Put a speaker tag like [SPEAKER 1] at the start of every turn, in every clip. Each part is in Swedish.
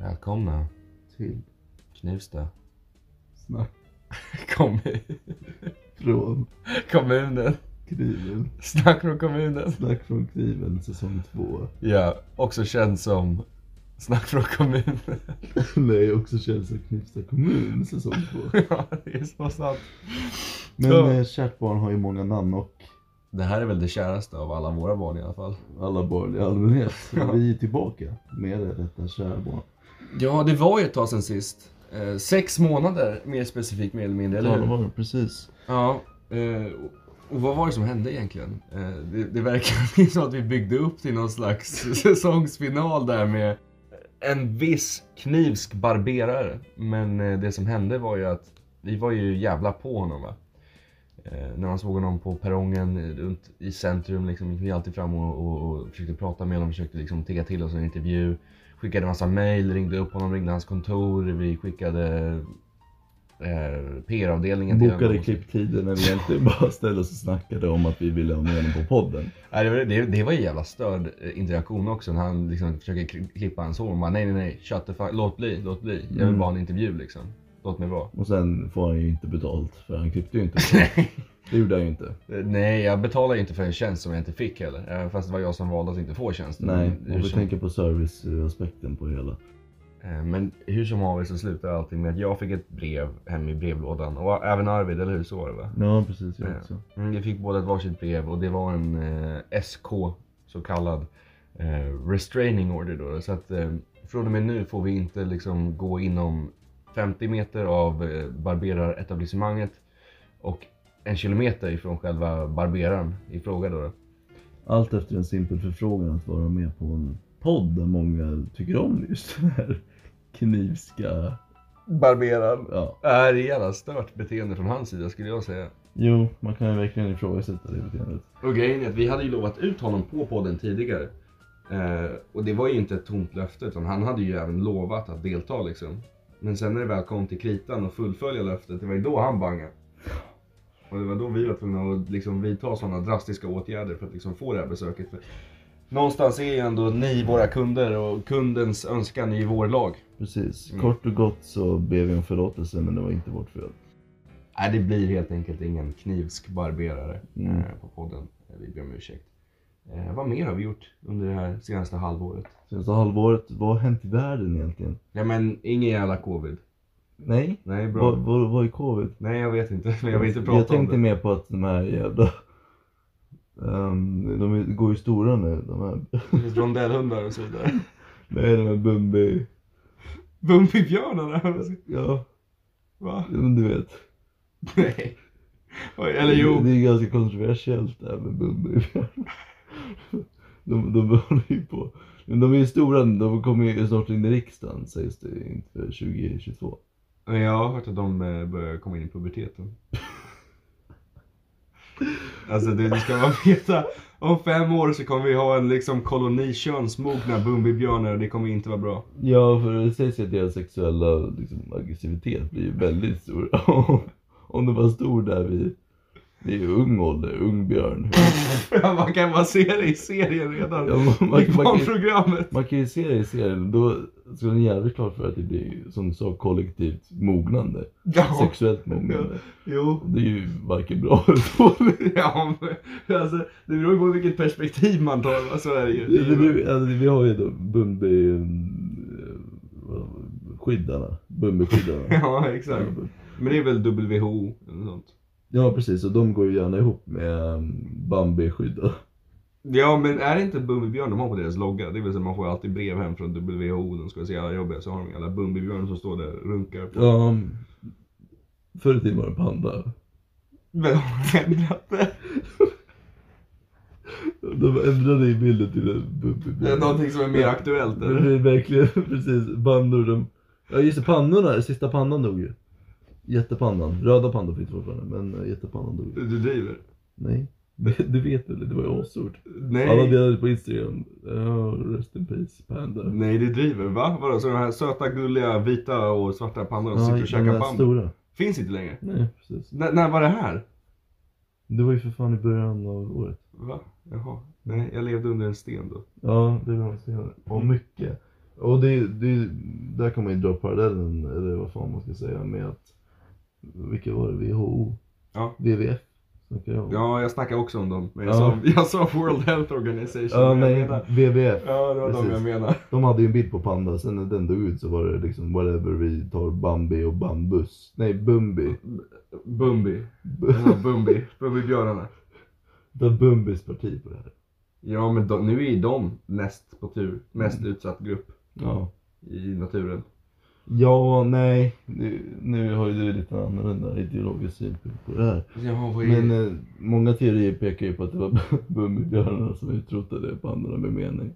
[SPEAKER 1] Välkomna till Knivsta
[SPEAKER 2] Snack
[SPEAKER 1] kommun.
[SPEAKER 2] från
[SPEAKER 1] kommunen.
[SPEAKER 2] kniven.
[SPEAKER 1] Snack från kommunen.
[SPEAKER 2] Snack från kniven säsong två.
[SPEAKER 1] Ja, också känd som Snack från kommunen.
[SPEAKER 2] Nej, också känns som Knivsta kommun säsong två.
[SPEAKER 1] ja, det är så sant.
[SPEAKER 2] Men
[SPEAKER 1] Ja.
[SPEAKER 2] eh, kärt barn har ju många namn och
[SPEAKER 1] Det här är väl det käraste av alla våra barn i alla fall.
[SPEAKER 2] alla barn i allmänhet.
[SPEAKER 1] Ja.
[SPEAKER 2] Och vi är tillbaka med detta kära barn.
[SPEAKER 1] Ja, det var ju ett tag sedan sist. Eh, sex månader mer specifikt mer eller mindre, eller
[SPEAKER 2] Ja, det
[SPEAKER 1] hur?
[SPEAKER 2] var det, precis.
[SPEAKER 1] Ja. Eh, och- och vad var det som hände egentligen? Eh, det, det verkar som att vi byggde upp till någon slags säsongsfinal där med en viss knivsk barberare. Men eh, det som hände var ju att vi var ju jävla på honom va. Eh, när man såg honom på perrongen eh, runt i centrum liksom, gick vi alltid fram och, och, och försökte prata med honom, försökte liksom tigga till oss en intervju. Skickade massa mail, ringde upp honom, ringde hans kontor, vi skickade eh, PR-avdelningen till
[SPEAKER 2] Bokade
[SPEAKER 1] honom.
[SPEAKER 2] klipptider när vi egentligen bara ställde oss och snackade om att vi ville ha med honom på podden.
[SPEAKER 1] Nej, det, var, det, det var en jävla störd eh, interaktion också när han liksom försöker kli- klippa hans hår. Man bara, nej, nej, nej, shut the fuck, låt bli, låt bli. Jag vill
[SPEAKER 2] Mm.
[SPEAKER 1] bara ha en intervju liksom. Låt mig vara.
[SPEAKER 2] Och sen får han ju inte betalt för han klippte ju inte. Det gjorde han ju inte.
[SPEAKER 1] Eh, nej, jag betalar ju inte för en tjänst som jag inte fick heller. Även fast det var jag som valde att inte få tjänsten.
[SPEAKER 2] Nej,
[SPEAKER 1] Men hur
[SPEAKER 2] om vi
[SPEAKER 1] som,
[SPEAKER 2] tänker på serviceaspekten på det hela.
[SPEAKER 1] eh, men hur som haver så slutade allting med att jag fick ett brev hem i brevlådan. Och även Arvid, eller hur? Så var det va?
[SPEAKER 2] Ja, precis. Jag
[SPEAKER 1] Ja.
[SPEAKER 2] också.
[SPEAKER 1] Mm, vi fick båda ett varsitt brev och det var en eh, SK, så kallad eh, restraining order då. Så att eh, från och med nu får vi inte liksom gå inom 50 meter av eh, barberaretablissemanget och en kilometer ifrån själva barberaren i fråga då. då.
[SPEAKER 2] Allt efter en simpel förfrågan att vara med på en podd där många tycker om just den här knivska...
[SPEAKER 1] Barberaren
[SPEAKER 2] Ja.
[SPEAKER 1] är ett jävla stört beteende från hans sida skulle jag säga.
[SPEAKER 2] Jo, man kan ju verkligen ifrågasätta det beteendet.
[SPEAKER 1] Och grejen är att vi hade ju lovat ut honom på podden tidigare. Eh, och det var ju inte ett tomt löfte utan han hade ju även lovat att delta liksom. Men sen när det väl kom till kritan och fullfölja löftet, det var ju då han bangade. Och det var då vi var tvungna att liksom vidta sådana drastiska åtgärder för att liksom få det här besöket. För någonstans är ju ändå ni våra kunder och kundens önskan är ju vår lag.
[SPEAKER 2] Precis.
[SPEAKER 1] Mm.
[SPEAKER 2] Kort och gott så ber vi om förlåtelse men det var inte vårt fel.
[SPEAKER 1] Nej, det blir helt enkelt ingen knivsk barberare
[SPEAKER 2] Mm.
[SPEAKER 1] eh, på podden. Eh, Vi ber om ursäkt. Eh, vad mer har vi gjort under det här senaste halvåret?
[SPEAKER 2] Senaste halvåret, vad har hänt i världen egentligen?
[SPEAKER 1] Ja men ingen jävla covid.
[SPEAKER 2] Nej?
[SPEAKER 1] Nej bra.
[SPEAKER 2] Vad, vad, vad är covid?
[SPEAKER 1] Nej jag vet inte. Men jag vill inte prata
[SPEAKER 2] Jag tänkte
[SPEAKER 1] om det.
[SPEAKER 2] mer på att de här jävla... Ehm, de är- går ju stora nu, de här...
[SPEAKER 1] Det finns rondellhundar och så vidare.
[SPEAKER 2] Nej, de här Bumbi...
[SPEAKER 1] Bumpibjörnarna?
[SPEAKER 2] Ja,
[SPEAKER 1] Va?
[SPEAKER 2] men du vet.
[SPEAKER 1] Nej. Oj, Eller jo.
[SPEAKER 2] Det är ganska kontroversiellt det här med bumbibjörnar. De, de håller ju på. Men de är ju stora, de kommer ju snart in i riksdagen sägs det inför 2022.
[SPEAKER 1] Men jag har hört att de eh, börjar komma in i puberteten. Alltså det, det ska man veta. Om fem år så kommer vi ha en liksom koloni könsmogna Bumbibjörnar och det kommer inte vara bra.
[SPEAKER 2] Ja, för det sägs ju att deras sexuella liksom, aggressivitet blir ju väldigt stor. Om den var stor där vid, vid ung ålder, ung björn.
[SPEAKER 1] man kan bara se det i serien redan.
[SPEAKER 2] Ja, man, man,
[SPEAKER 1] I
[SPEAKER 2] man, kan,
[SPEAKER 1] barnprogrammet.
[SPEAKER 2] man kan ju se det i serien, då ska man jävligt klart för att det blir som du sa kollektivt mognande.
[SPEAKER 1] Ja,
[SPEAKER 2] Sexuellt mognande.
[SPEAKER 1] jo.
[SPEAKER 2] Det är ju varken bra eller dåligt.
[SPEAKER 1] Ja, men, alltså, det beror ju på vilket perspektiv man tar, va? så är det ju.
[SPEAKER 2] Det, blir- alltså, vi har ju då Bumbi... eh, vad- Skyddarna. Bumbiskyddarna.
[SPEAKER 1] Ja, exakt. Men det är väl WHO eller sånt.
[SPEAKER 2] Ja precis, och de går ju gärna ihop med eh, Bambi-skyddarna.
[SPEAKER 1] Ja, men är det inte Bumbibjörn de har på deras logga? Det vill säga, man får ju alltid brev hem från WHO, de ska se alla jobbiga, så har de alla Bumbibjörn som står där och runkar. På.
[SPEAKER 2] Ja, mm. förr i tiden var det panda.
[SPEAKER 1] Men har de ändrat det?
[SPEAKER 2] De ändrade ju bilden till en
[SPEAKER 1] Det är
[SPEAKER 2] Bumbi.
[SPEAKER 1] någonting som är mer aktuellt,
[SPEAKER 2] Men
[SPEAKER 1] eller?
[SPEAKER 2] Det är verkligen precis, bandor de... Ja just det, pannorna, sista pandan dog ju. Jättepandan, röda pandan finns fortfarande men eh, jättepandan dog ju.
[SPEAKER 1] Du driver?
[SPEAKER 2] Nej, du vet väl, det var ju asort. Alla
[SPEAKER 1] Nej.
[SPEAKER 2] delade på Instagram. Oh, rest in peace panda.
[SPEAKER 1] Nej, du driver. Va? Vadå, så de här söta, gulliga, vita och svarta pandorna som sitter och käkar bambu?
[SPEAKER 2] stora.
[SPEAKER 1] Finns inte längre.
[SPEAKER 2] Nej, precis.
[SPEAKER 1] N- när var det här?
[SPEAKER 2] Det var ju för fan i början av året.
[SPEAKER 1] Va? Jaha. Nej, jag levde under en sten då.
[SPEAKER 2] Ja, det var det. Och mycket. Och det, det, där kan man ju dra parallellen, eller vad fan man ska säga, med att vilka var det? WHO?
[SPEAKER 1] Ja.
[SPEAKER 2] WWF snackar jag om.
[SPEAKER 1] Ja, jag snackade också om dem. Men jag,
[SPEAKER 2] Ja.
[SPEAKER 1] sa, jag sa World Health Organization.
[SPEAKER 2] Ja,
[SPEAKER 1] men jag
[SPEAKER 2] nej,
[SPEAKER 1] menar-
[SPEAKER 2] WWF.
[SPEAKER 1] ja det var dem
[SPEAKER 2] Precis.
[SPEAKER 1] jag menade.
[SPEAKER 2] De hade ju en bild på panda, sen när den dog ut så var det liksom whatever vi tar Bambi och Bambus. Nej, Bumbi.
[SPEAKER 1] Bumbi.
[SPEAKER 2] B-
[SPEAKER 1] Det var Bumbi. Bumbibjörnarna.
[SPEAKER 2] Det var Bumbis parti på det här.
[SPEAKER 1] Ja, men de, nu är ju de näst på tur. Mest
[SPEAKER 2] Mm.
[SPEAKER 1] utsatt grupp
[SPEAKER 2] Ja.
[SPEAKER 1] i naturen.
[SPEAKER 2] Ja, nej. Nu, nu har ju du lite annorlunda ideologisk synpunkt på det här.
[SPEAKER 1] Ja, vad
[SPEAKER 2] Men eh, många teorier pekar ju på att det var Bumbibjörnarna som utrotade pandorna med mening.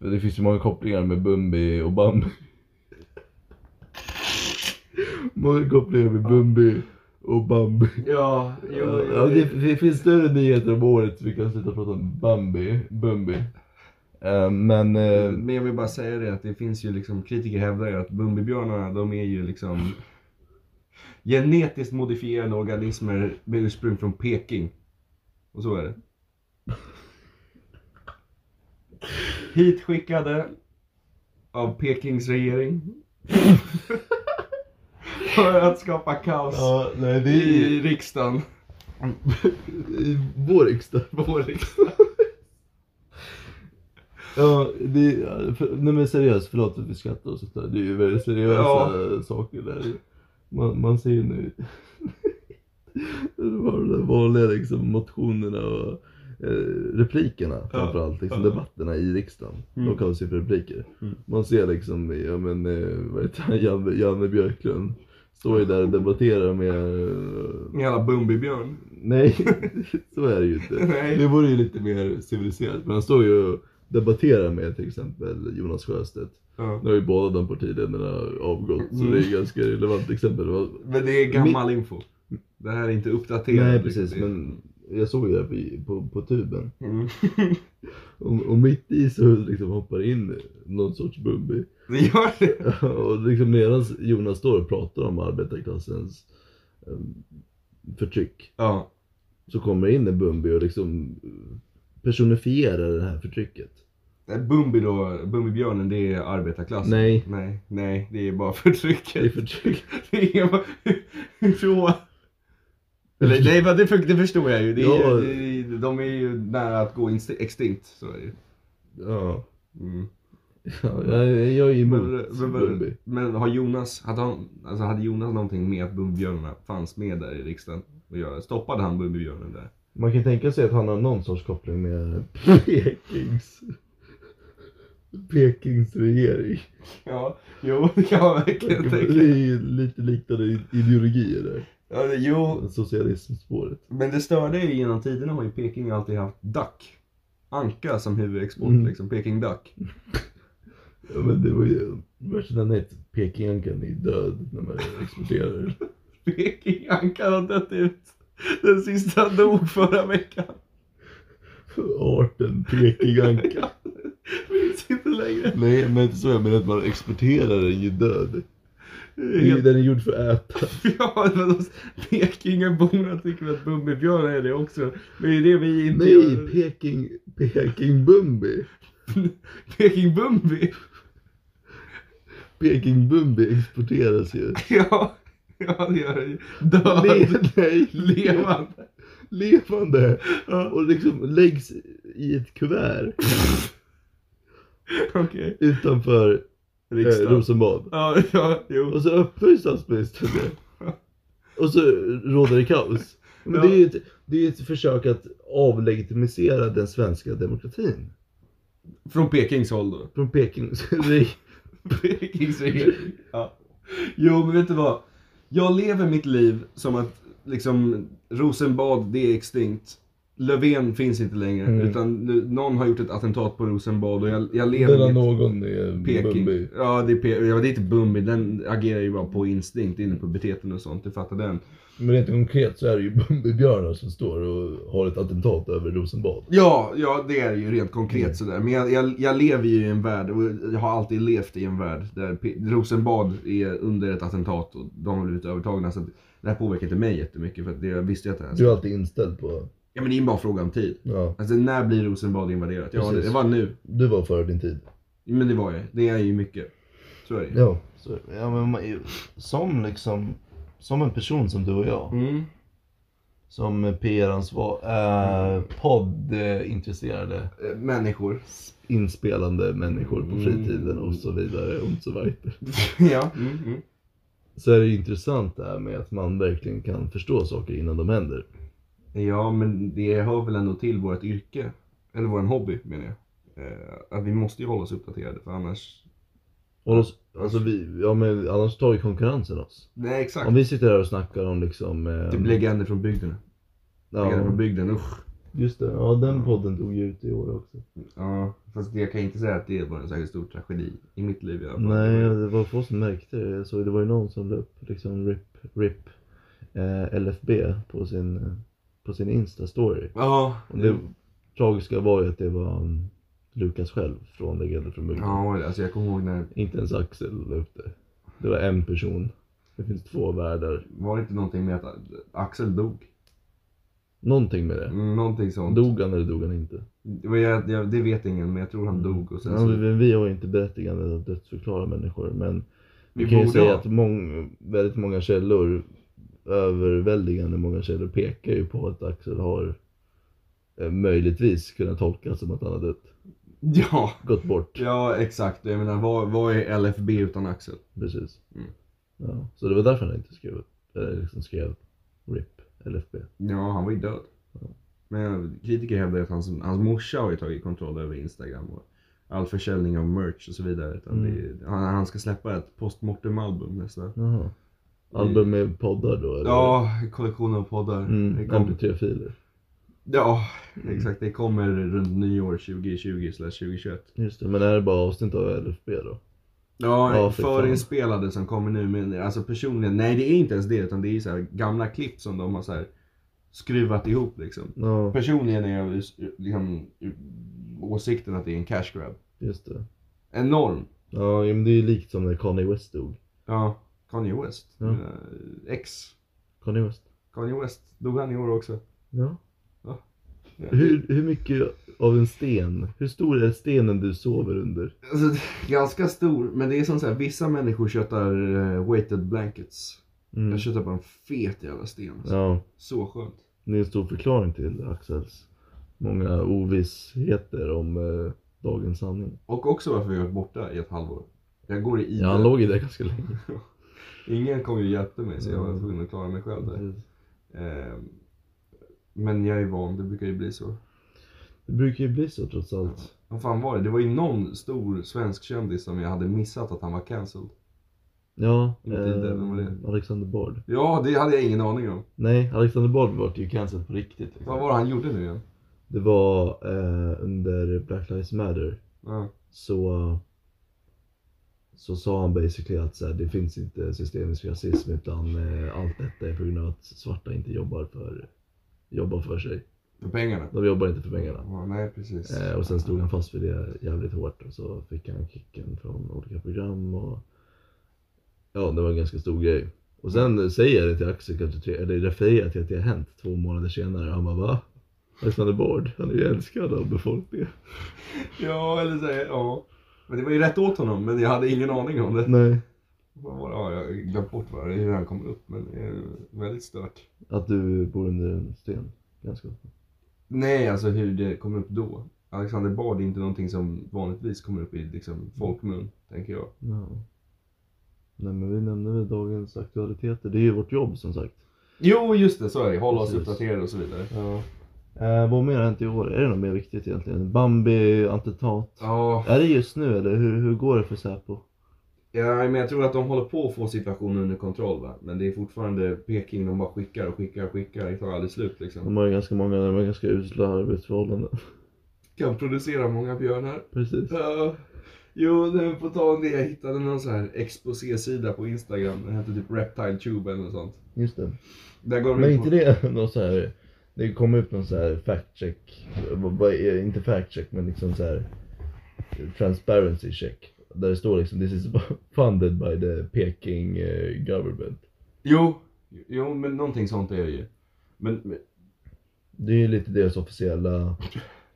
[SPEAKER 2] För Det finns ju många kopplingar med Bumbi och Bambi. många kopplingar med Bumbi och Bambi.
[SPEAKER 1] Ja, jo,
[SPEAKER 2] Ja, det, det finns större nyheter om året vi kan sluta prata om Bambi, Bumbi. Eh, men eh,
[SPEAKER 1] Men jag vill bara säga det att det finns ju liksom, kritiker hävdar ju att Bumbibjörnarna de är ju liksom genetiskt modifierade organismer med ursprung från Peking. Och så är det. Hitskickade av Pekings regering. För att skapa kaos
[SPEAKER 2] ja, nej, det är ju
[SPEAKER 1] i riksdagen.
[SPEAKER 2] i vår riksdag.
[SPEAKER 1] Vår riksdag.
[SPEAKER 2] Ja, det, ja, för, nej men seriöst, förlåt att vi skrattar och sånt där. Det är ju väldigt seriösa
[SPEAKER 1] Ja.
[SPEAKER 2] saker där. Man, man ser ju nu. det var de där vanliga liksom, motionerna och eh, replikerna framförallt. Liksom,
[SPEAKER 1] ja.
[SPEAKER 2] Debatterna i riksdagen.
[SPEAKER 1] Mm.
[SPEAKER 2] De kallas ju för repliker.
[SPEAKER 1] Mm.
[SPEAKER 2] Man ser liksom, ja men eh, vad heter han, Janne, Janne Björklund. Står ju där och debatterar med, eh,
[SPEAKER 1] En jävla Bumbibjörn.
[SPEAKER 2] nej så är det ju inte. Det
[SPEAKER 1] Nej.
[SPEAKER 2] vore ju lite mer civiliserat. Men han står ju och debatterar med till exempel Jonas Sjöstedt.
[SPEAKER 1] Ja.
[SPEAKER 2] Nu har ju båda de partiledarna avgått så det är ett ganska relevant exempel. Det var-
[SPEAKER 1] Men det är gammal info. Det här är inte uppdaterat.
[SPEAKER 2] Nej
[SPEAKER 1] liksom.
[SPEAKER 2] precis men jag såg ju det här på, på, på tuben.
[SPEAKER 1] Mm.
[SPEAKER 2] Och, och mitt i så liksom hoppar in någon sorts Bumbi.
[SPEAKER 1] Det gör det.
[SPEAKER 2] Och liksom medan Jonas står och pratar om arbetarklassens eh, förtryck.
[SPEAKER 1] Ja.
[SPEAKER 2] Så kommer in en Bumbi och liksom personifierar det här förtrycket.
[SPEAKER 1] Eh, Bumbi då, Bumbibjörnen det är arbetarklassen?
[SPEAKER 2] Nej.
[SPEAKER 1] Nej, nej, det är bara
[SPEAKER 2] Alltså. Det är
[SPEAKER 1] förtrycket.
[SPEAKER 2] förtryck.
[SPEAKER 1] Det är bara... Hur då? Eller nej, men det, för, det förstår jag ju. Det är,
[SPEAKER 2] Ja.
[SPEAKER 1] ju- det, de är ju nära att gå inst- extinkt. Så är det ju.
[SPEAKER 2] Ja.
[SPEAKER 1] Mm.
[SPEAKER 2] Ja, jag, jag är emot
[SPEAKER 1] Men, men,
[SPEAKER 2] Bumbi.
[SPEAKER 1] men, men har Jonas, hade, han, alltså, hade Jonas någonting med att Bumbibjörnarna fanns med där i riksdagen? Och göra? Stoppade han Bumbibjörnen där?
[SPEAKER 2] Man kan tänka sig att han har någon sorts koppling med Pekings... Pekings regering.
[SPEAKER 1] Ja, jo det kan man
[SPEAKER 2] Det
[SPEAKER 1] verkligen tänka.
[SPEAKER 2] är ju lite liknande ideologier där.
[SPEAKER 1] Ja, det- jo,
[SPEAKER 2] Socialismspåret.
[SPEAKER 1] men det störde ju genom tiderna har ju Peking alltid haft duck. Anka som huvudexport
[SPEAKER 2] Mm.
[SPEAKER 1] liksom, Peking duck.
[SPEAKER 2] Ja, men det var ju värsta namnet. Pekingankan är ju död när man exporterar den.
[SPEAKER 1] Peking anka har dött ut. Den sista dog förra veckan.
[SPEAKER 2] Arten Pekinganka.
[SPEAKER 1] Finns inte längre.
[SPEAKER 2] Nej, men inte så. Jag menar att man exporterar den ju död. Det är ju-
[SPEAKER 1] Helt-
[SPEAKER 2] Den är gjord för att äta.
[SPEAKER 1] Ja, men alltså, de- Pekingeborna tycker att Bumbibjörnar är det också. Men det är det vi inte
[SPEAKER 2] Nej,
[SPEAKER 1] gör.
[SPEAKER 2] Peking... Peking Bumbi.
[SPEAKER 1] Peking Bumbi.
[SPEAKER 2] Peking Bumbi exporteras ju.
[SPEAKER 1] Ja, ja det gör det ju. Död.
[SPEAKER 2] Le- nej, levande.
[SPEAKER 1] Levande.
[SPEAKER 2] levande.
[SPEAKER 1] Ja,
[SPEAKER 2] Och liksom läggs i ett kuvert
[SPEAKER 1] Okej.
[SPEAKER 2] utanför eh,
[SPEAKER 1] Riksdagen.
[SPEAKER 2] Rosenbad.
[SPEAKER 1] Ja, ja, jo.
[SPEAKER 2] Och så öppnar ju statsministern det. Och så råder det kaos. Men det är ju ett, det är ju ett försök att avlegitimisera den svenska demokratin.
[SPEAKER 1] Från Pekings håll då?
[SPEAKER 2] Från Peking. så är det-
[SPEAKER 1] Pekings regering. Ja. Jo, men vet du vad? Jag lever mitt liv som att liksom Rosenbad, det är extinkt. Löfven finns inte längre,
[SPEAKER 2] Mm.
[SPEAKER 1] utan nu, någon har gjort ett attentat på Rosenbad och jag, jag lever
[SPEAKER 2] Mellan
[SPEAKER 1] mitt...
[SPEAKER 2] någon är
[SPEAKER 1] Peking.
[SPEAKER 2] Bumbi.
[SPEAKER 1] Ja, det är, Pe- ja, det är inte Bumbi. Den agerar ju bara på instinkt, inne på beteten och sånt. Du fattar den.
[SPEAKER 2] Men rent konkret så är det ju Bumbibjörnar som står och har ett attentat över Rosenbad.
[SPEAKER 1] Ja, ja det är det ju rent konkret
[SPEAKER 2] Mm.
[SPEAKER 1] sådär. Men jag, jag, jag lever ju i en värld, och jag har alltid levt i en värld där P- Rosenbad är under ett attentat och de har blivit övertagna. Så att det här påverkar inte mig jättemycket för att det, jag visste ju att det här
[SPEAKER 2] Du är alltid inställd på...
[SPEAKER 1] Ja men det är ju bara en fråga om tid.
[SPEAKER 2] Ja,
[SPEAKER 1] Alltså när blir Rosenbad invaderat? Ja, det,
[SPEAKER 2] Precis.
[SPEAKER 1] det var nu.
[SPEAKER 2] du var före din tid.
[SPEAKER 1] Men det var jag. Det är jag ju mycket. Så är det ju.
[SPEAKER 2] Ja. Så, ja men man, är ju- som liksom, som en person som du och jag.
[SPEAKER 1] Mm.
[SPEAKER 2] Som PR-ansvar, eh, poddintresserade,
[SPEAKER 1] Eh, Människor.
[SPEAKER 2] inspelande människor på
[SPEAKER 1] Mm.
[SPEAKER 2] fritiden och så vidare och så vidare.
[SPEAKER 1] ja. Mm, mm.
[SPEAKER 2] Så är det ju intressant det här med att man verkligen kan förstå saker innan de händer.
[SPEAKER 1] Ja, men det hör väl ändå till vårt yrke. Eller vår hobby menar jag. Eh, att vi måste ju hålla oss uppdaterade för annars...
[SPEAKER 2] Och då, alltså vi, ja men annars tar ju konkurrensen oss.
[SPEAKER 1] Nej, exakt.
[SPEAKER 2] Om vi sitter här och snackar om liksom... Eh,
[SPEAKER 1] Typ legender från bygden. Legender från
[SPEAKER 2] ja,
[SPEAKER 1] bygden, usch.
[SPEAKER 2] just det, ja den podden tog ju ut i år också.
[SPEAKER 1] Ja, fast jag kan inte säga att det var en särskilt stor tragedi i mitt liv i alla fall.
[SPEAKER 2] Nej, det var få som märkte det. Jag såg, det var ju någon som la upp liksom RIP, RIP eh, LFB på sin, eh, på sin Insta-story.
[SPEAKER 1] Ja,
[SPEAKER 2] Och det
[SPEAKER 1] Mm.
[SPEAKER 2] tragiska var ju att det var mm, Lukas själv från Legender från Bygden.
[SPEAKER 1] ja, alltså jag kommer ihåg när,
[SPEAKER 2] Inte ens Axel la upp det. Det var en person. Det finns två världar.
[SPEAKER 1] var det inte någonting med att Axel dog?
[SPEAKER 2] Någonting med det.
[SPEAKER 1] Mm, Någonting sånt.
[SPEAKER 2] Dog han eller dog han inte?
[SPEAKER 1] Det var jag, jag, det vet ingen, men jag tror han dog och sen
[SPEAKER 2] Ja,
[SPEAKER 1] så...
[SPEAKER 2] vi, vi har ju inte berättigandet att dödsförklara människor men vi,
[SPEAKER 1] Vi
[SPEAKER 2] kan ju
[SPEAKER 1] borde
[SPEAKER 2] säga
[SPEAKER 1] ha.
[SPEAKER 2] att mång, väldigt många källor, överväldigande många källor pekar ju på att Axel har eh, möjligtvis kunnat tolkas som att han har dött,
[SPEAKER 1] Ja,
[SPEAKER 2] gått bort.
[SPEAKER 1] ja exakt. Jag menar, vad, vad är LFB utan Axel?
[SPEAKER 2] Precis.
[SPEAKER 1] Mm.
[SPEAKER 2] Ja, så det var därför han inte skrev, eller liksom skrev RIP LFB.
[SPEAKER 1] Ja, han var ju död. Men kritiker hävdar ju att hans, hans morsa har ju tagit kontroll över Instagram och all försäljning av merch och så vidare. Utan
[SPEAKER 2] Mm.
[SPEAKER 1] det, är- han, han ska släppa ett postmortem-album nästa.
[SPEAKER 2] Jaha. Album med poddar då? Eller?
[SPEAKER 1] Ja, kollektion av poddar.
[SPEAKER 2] Mm,
[SPEAKER 1] det kom,
[SPEAKER 2] MP3-filer.
[SPEAKER 1] ja, exakt. Det kommer runt nyår 2020 slash 2021.
[SPEAKER 2] Just det, men är det bara avsnitt av LFB då?
[SPEAKER 1] Ja,
[SPEAKER 2] Ja, fy fan.
[SPEAKER 1] förinspelade som kommer nu. Men alltså personligen, nej det är inte ens det. Utan det är så här gamla klipp som de har så här skruvat ihop liksom.
[SPEAKER 2] Ja,
[SPEAKER 1] Personligen är jag liksom, åsikten att det är en cash grab.
[SPEAKER 2] just det.
[SPEAKER 1] Enorm.
[SPEAKER 2] Ja, men det är ju likt som när Kanye West dog.
[SPEAKER 1] Ja, Kanye West.
[SPEAKER 2] Ja.
[SPEAKER 1] Eh, Ex.
[SPEAKER 2] Kanye West.
[SPEAKER 1] Kanye West. Dog han i år också?
[SPEAKER 2] Ja.
[SPEAKER 1] Ja.
[SPEAKER 2] Hur, hur mycket av en sten, hur stor är stenen du sover under?
[SPEAKER 1] Alltså, ganska stor, men det är som så här, vissa människor köttar eh, weighted blankets.
[SPEAKER 2] Mm.
[SPEAKER 1] Jag köttar på en fet jävla sten. Alltså.
[SPEAKER 2] Ja,
[SPEAKER 1] Så skönt.
[SPEAKER 2] det är en stor förklaring till Axels många ovissheter om eh, dagens sanning.
[SPEAKER 1] Och också varför jag har varit borta i ett halvår. Jag går i ide.
[SPEAKER 2] Ja, han låg ju där ganska länge.
[SPEAKER 1] Ingen kom ju och hjälpte mig så jag var
[SPEAKER 2] Mm.
[SPEAKER 1] tvungen att klara mig själv där. Ehm, men jag är van, det brukar ju bli så.
[SPEAKER 2] Det brukar ju bli så trots allt.
[SPEAKER 1] Vad fan var det? Det var ju någon stor svensk kändis som jag hade missat att han var cancelled.
[SPEAKER 2] Ja, eh,
[SPEAKER 1] Inte det, vem var det?
[SPEAKER 2] Alexander Bard.
[SPEAKER 1] Ja, det hade jag ingen aning om.
[SPEAKER 2] Nej, Alexander Bard var ju cancelled på riktigt.
[SPEAKER 1] Vad
[SPEAKER 2] Liksom.
[SPEAKER 1] var det han gjorde nu igen?
[SPEAKER 2] Det var eh, under Black Lives Matter
[SPEAKER 1] Ja.
[SPEAKER 2] så, så sa han basically att så här, det finns inte systemisk rasism utan eh, allt detta är på grund av att svarta inte jobbar för, jobbar för sig.
[SPEAKER 1] För pengarna?
[SPEAKER 2] De jobbar inte för pengarna.
[SPEAKER 1] Ja, nej, precis.
[SPEAKER 2] Eh, och sen stod han fast vid det jävligt hårt och så fick han kicken från olika program och ja, det var en ganska stor grej. Och sen säger jag det till Axel kanske tre, eller refererar till att det har hänt två månader senare och han bara va? Alexander Bard, han är ju älskad av befolkningen.
[SPEAKER 1] Ja, eller så här, ja. Men det var ju rätt åt honom, men jag hade ingen aning om det.
[SPEAKER 2] Nej.
[SPEAKER 1] Vad var det? Ja, jag har glömt bort vad det, hur han kom upp, men det är väldigt stört.
[SPEAKER 2] Att du bor under en sten ganska ofta.
[SPEAKER 1] Nej, alltså hur det kom upp då. Alexander Bard är inte någonting som vanligtvis kommer upp i liksom, folkmun, tänker jag.
[SPEAKER 2] Ja. Nej men vi nämnde väl dagens aktualiteter. Det är ju vårt jobb som sagt.
[SPEAKER 1] Jo, just det, så är det. Hålla oss
[SPEAKER 2] Precis.
[SPEAKER 1] uppdaterade och så vidare.
[SPEAKER 2] Ja. Eh, vad mer har hänt i år? Är det något mer viktigt egentligen? Bambi, attentat?
[SPEAKER 1] Ja,
[SPEAKER 2] Är det just nu eller hur, hur går det för Säpo?
[SPEAKER 1] ja, men jag tror att de håller på att få situationen under kontroll, va? men det är fortfarande Peking, de bara skickar och skickar och skickar. Det tar aldrig slut liksom.
[SPEAKER 2] De har ju ganska många, de har ganska usla arbetsförhållanden.
[SPEAKER 1] Kan producera många björnar.
[SPEAKER 2] Precis.
[SPEAKER 1] Ja. Jo, nu på tal om det. Jag hittade någon så här exposé-sida på Instagram. Den hette typ Reptile Tube eller något sånt.
[SPEAKER 2] Just det.
[SPEAKER 1] Där går de
[SPEAKER 2] Men
[SPEAKER 1] in
[SPEAKER 2] inte
[SPEAKER 1] på...
[SPEAKER 2] det någon så här, det kom upp någon så här fact check, vad- vad är- inte fact check men liksom så här transparency check. Där det står liksom this is funded by the Peking eh, government.
[SPEAKER 1] Jo, jo, men någonting sånt är det ju. Men, men
[SPEAKER 2] Det är ju lite deras officiella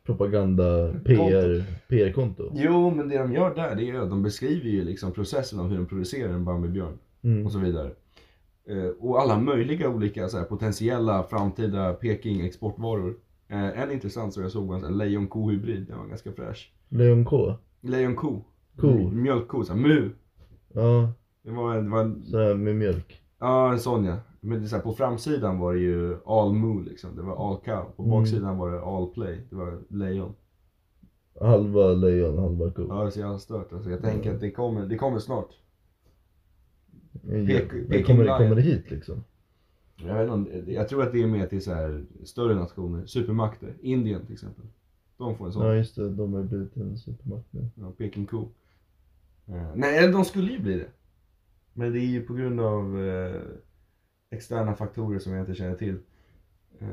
[SPEAKER 2] propaganda, PR, PR-konto.
[SPEAKER 1] Jo, men det de gör där, det är att de beskriver ju liksom processen av hur de producerar en Bambi-björn
[SPEAKER 2] Mm.
[SPEAKER 1] och så vidare. Eh, Och alla möjliga olika så här, potentiella framtida Peking-exportvaror. Eh, En intressant som jag såg var en sån här lejonko-hybrid, den var ganska fräsch.
[SPEAKER 2] Lejonko.
[SPEAKER 1] Lejonko.
[SPEAKER 2] Ko.
[SPEAKER 1] Mjölkko, så här, mu.
[SPEAKER 2] Ja,
[SPEAKER 1] Det var, en- det var en,
[SPEAKER 2] sådär med mjölk.
[SPEAKER 1] ja, en sån ja. Men det är så här, på framsidan var det ju all moo liksom, det var all cow. På
[SPEAKER 2] Mm.
[SPEAKER 1] baksidan var det all play, det var lejon.
[SPEAKER 2] Halva lejon, halva ko.
[SPEAKER 1] Ja, det är så jävla stört alltså. Jag tänker att det kommer, det kommer snart.
[SPEAKER 2] Men
[SPEAKER 1] Pek-
[SPEAKER 2] kommer,
[SPEAKER 1] Peking
[SPEAKER 2] kommer,
[SPEAKER 1] Lion.
[SPEAKER 2] kommer det hit liksom?
[SPEAKER 1] Jag, vet inte, jag tror att det är med till så här större nationer, supermakter. Indien till exempel. De får en sån.
[SPEAKER 2] Ja just det, de har ju blivit en supermakt nu.
[SPEAKER 1] Ja, Peking ko. Eh, nej, eller de skulle ju bli det. Men det är ju på grund av eh, externa faktorer som jag inte känner till. Eh,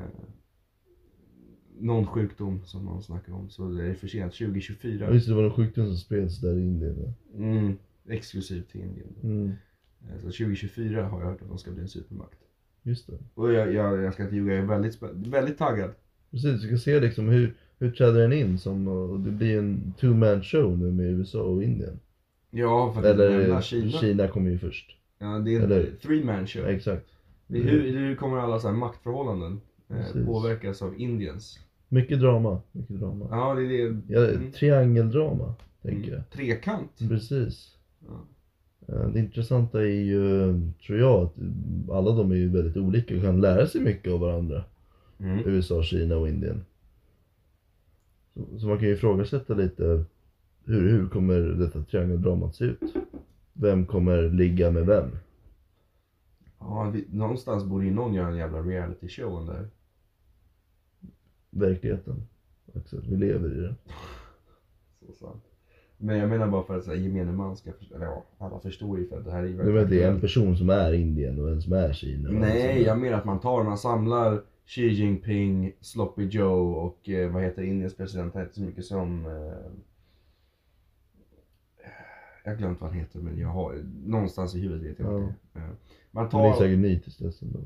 [SPEAKER 1] någon sjukdom som någon snackar om, så det är för sent.
[SPEAKER 2] Ja
[SPEAKER 1] 2024.
[SPEAKER 2] just det, det var en sjukdom som spreds där i Indien. ja.
[SPEAKER 1] Mm, exklusivt till Indien.
[SPEAKER 2] Mm,
[SPEAKER 1] Eh, så 2024 har jag hört att de ska bli en supermakt.
[SPEAKER 2] just det.
[SPEAKER 1] Och jag, jag, jag ska inte ljuga, jag är väldigt, spä- väldigt taggad.
[SPEAKER 2] Precis, du ska se liksom hur, hur träder den in som, och det blir en two man show nu med USA och Indien.
[SPEAKER 1] Ja, för att
[SPEAKER 2] Eller
[SPEAKER 1] lämna Kina.
[SPEAKER 2] kommer ju först.
[SPEAKER 1] Ja, det är en
[SPEAKER 2] Eller-
[SPEAKER 1] three man show.
[SPEAKER 2] Ja, exakt.
[SPEAKER 1] Det är Hur, hur kommer alla så här maktförhållanden eh,
[SPEAKER 2] Precis.
[SPEAKER 1] påverkas av Indiens?
[SPEAKER 2] Mycket drama, mycket drama.
[SPEAKER 1] Ja, det är det.
[SPEAKER 2] Ja,
[SPEAKER 1] Mm.
[SPEAKER 2] Triangeldrama, tänker jag.
[SPEAKER 1] Trekant.
[SPEAKER 2] Precis.
[SPEAKER 1] Ja.
[SPEAKER 2] Eh, Det intressanta är ju, tror jag, att alla de är ju väldigt olika och kan lära sig mycket av varandra.
[SPEAKER 1] Mm.
[SPEAKER 2] USA, Kina och Indien. Så, så man kan ju ifrågasätta lite hur, hur kommer detta triangeldramat se ut? Vem kommer ligga med vem?
[SPEAKER 1] Ja, vi, någonstans borde ju någon göra en jävla reality show om det här.
[SPEAKER 2] Verkligheten. Axel, vi lever i den.
[SPEAKER 1] Så sant. Men jag menar bara för att så här, gemene man ska förstå. Eller ja, alla förstår ju för att det här är ju
[SPEAKER 2] Nu vet det är en alltså.
[SPEAKER 1] aktuellt.
[SPEAKER 2] person som är Indien och en som är Kina. och en som
[SPEAKER 1] Nej,
[SPEAKER 2] är-
[SPEAKER 1] jag menar att man tar, man samlar Xi Jinping, Sloppy Joe och eh, vad heter Indiens president? Han heter så mycket som... Eh, jag har glömt vad han heter men jag har, någonstans i huvudet vet jag
[SPEAKER 2] Ja.
[SPEAKER 1] inte. Eh, Man
[SPEAKER 2] Men det är
[SPEAKER 1] tar...
[SPEAKER 2] säkert alltså, ny tills dess ändå.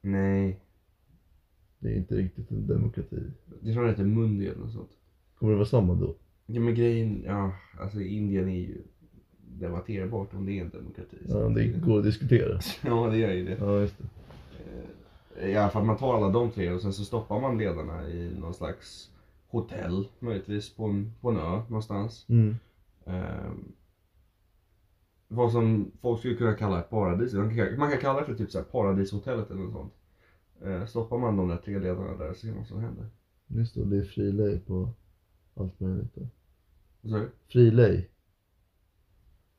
[SPEAKER 1] Nej,
[SPEAKER 2] Det är inte riktigt en demokrati.
[SPEAKER 1] jag tror han heter Mundi eller något sånt.
[SPEAKER 2] Kommer det vara samma då?
[SPEAKER 1] Ja men grejen, ja alltså Indien är ju debatterbart om det är en demokrati.
[SPEAKER 2] Ja, det går att diskutera.
[SPEAKER 1] ja det är ju det.
[SPEAKER 2] Ja, just det.
[SPEAKER 1] I alla fall man tar alla de tre och sen så stoppar man ledarna i någon slags hotell möjligtvis på en, på en ö någonstans.
[SPEAKER 2] Mm.
[SPEAKER 1] Ehm, vad som folk skulle kunna kalla ett paradis. Man kan, man kan kalla det för typ så här paradishotellet eller något sånt. Eh, stoppar man de där tre ledarna där så ser man vad som händer.
[SPEAKER 2] Just det, och det är frilej på allt möjligt. då.
[SPEAKER 1] Vad sa du?
[SPEAKER 2] Frilej.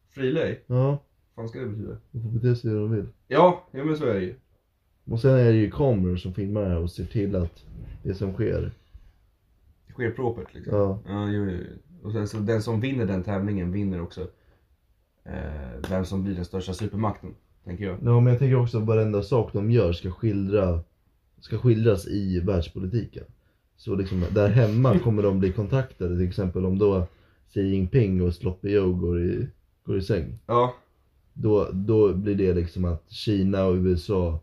[SPEAKER 1] Frilej?
[SPEAKER 2] Ja,
[SPEAKER 1] Vad fan ska det betyda?
[SPEAKER 2] de får bete sig hur de vill.
[SPEAKER 1] Ja, ja men så är det ju.
[SPEAKER 2] Och sen är det ju kameror som filmar det här och ser till att det som sker.
[SPEAKER 1] Det sker propert liksom.
[SPEAKER 2] Ja,
[SPEAKER 1] Ja, jo, jo. jo. Och sen så den som vinner den tävlingen vinner också eh, vem som blir den största supermakten, tänker jag.
[SPEAKER 2] ja men jag tänker också att varenda sak de gör ska, skildra, ska skildras i världspolitiken. Så liksom där hemma kommer de bli kontaktade. Till exempel om då Xi Jinping och Sloppy Joe går i, går i säng.
[SPEAKER 1] Ja,
[SPEAKER 2] då, då blir det liksom att Kina och USA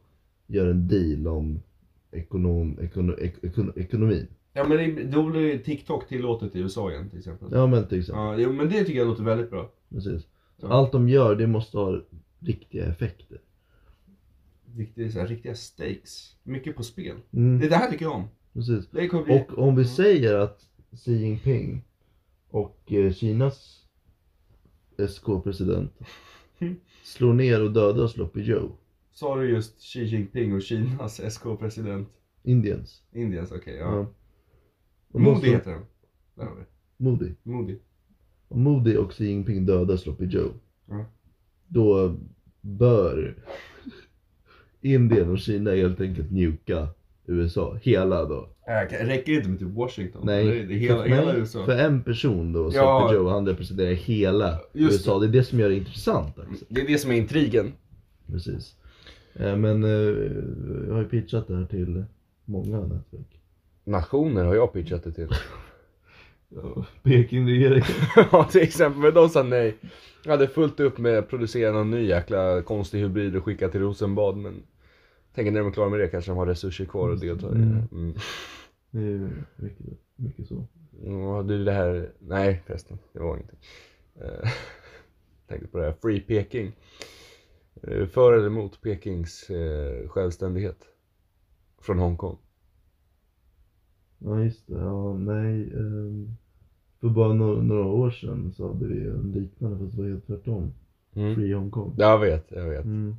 [SPEAKER 2] gör en deal om ekonom, ekono, ek, ekon- ekonomin.
[SPEAKER 1] ja men det, då blir ju TikTok tillåtet i USA igen till exempel. Ja.
[SPEAKER 2] Ja men till exempel.
[SPEAKER 1] jo, men det tycker jag låter väldigt bra.
[SPEAKER 2] Precis. Så
[SPEAKER 1] Ja.
[SPEAKER 2] Allt de gör det måste ha riktiga effekter.
[SPEAKER 1] Riktiga, så här, riktiga stakes. Mycket på spel.
[SPEAKER 2] Mm,
[SPEAKER 1] Det, det här tycker jag om.
[SPEAKER 2] precis.
[SPEAKER 1] Det kommer bli...
[SPEAKER 2] Och om vi säger att Xi Jinping och eh, Kinas SK-president slår ner och dödar Sloppy Joe,
[SPEAKER 1] Sa du just Xi Jinping och Kinas SK-president?
[SPEAKER 2] Indiens.
[SPEAKER 1] Indiens, okej. ja.
[SPEAKER 2] Ja. Om de
[SPEAKER 1] Modi
[SPEAKER 2] slår-
[SPEAKER 1] heter den. Där har vi.
[SPEAKER 2] Modi.
[SPEAKER 1] Modi.
[SPEAKER 2] Om Modi och Xi Jinping dödar Sloppy Joe,
[SPEAKER 1] Ja.
[SPEAKER 2] då bör Indien och Kina helt enkelt njuka USA, hela då.
[SPEAKER 1] Äh, räcker det inte med typ Washington? Det
[SPEAKER 2] Nej,
[SPEAKER 1] är det hela,
[SPEAKER 2] för,
[SPEAKER 1] hela
[SPEAKER 2] nej,
[SPEAKER 1] USA.
[SPEAKER 2] för en person då, Sloppy
[SPEAKER 1] Ja.
[SPEAKER 2] Joe, han representerar hela
[SPEAKER 1] Just
[SPEAKER 2] USA. Det. är det som gör det intressant. Axel.
[SPEAKER 1] Det är det som är intrigen.
[SPEAKER 2] Precis. Eh, Men eh, jag har ju pitchat det här till många nätverk.
[SPEAKER 1] Nationer har jag pitchat det till.
[SPEAKER 2] Ja, Pekingregeringen.
[SPEAKER 1] ja, till exempel. Men de sa nej. Jag hade fullt upp med att producera någon ny jäkla konstig hybrid och skicka till Rosenbad. Men tänker när de är klara med det kanske de har resurser kvar att delta i det.
[SPEAKER 2] Mm.
[SPEAKER 1] Mm.
[SPEAKER 2] Det är ju mycket, mycket
[SPEAKER 1] Ja, det är det här... Nej förresten, det var ingenting. Eh, tänkte på det här, Free Peking. Är du För eller emot Pekings eh, självständighet? Från Hongkong?
[SPEAKER 2] Ja just det, ja nej. ehm, För bara några, några år sedan så hade vi en liknande fast det var helt tvärtom.
[SPEAKER 1] Mm.
[SPEAKER 2] Free Hongkong.
[SPEAKER 1] Jag vet, jag vet.
[SPEAKER 2] Mm.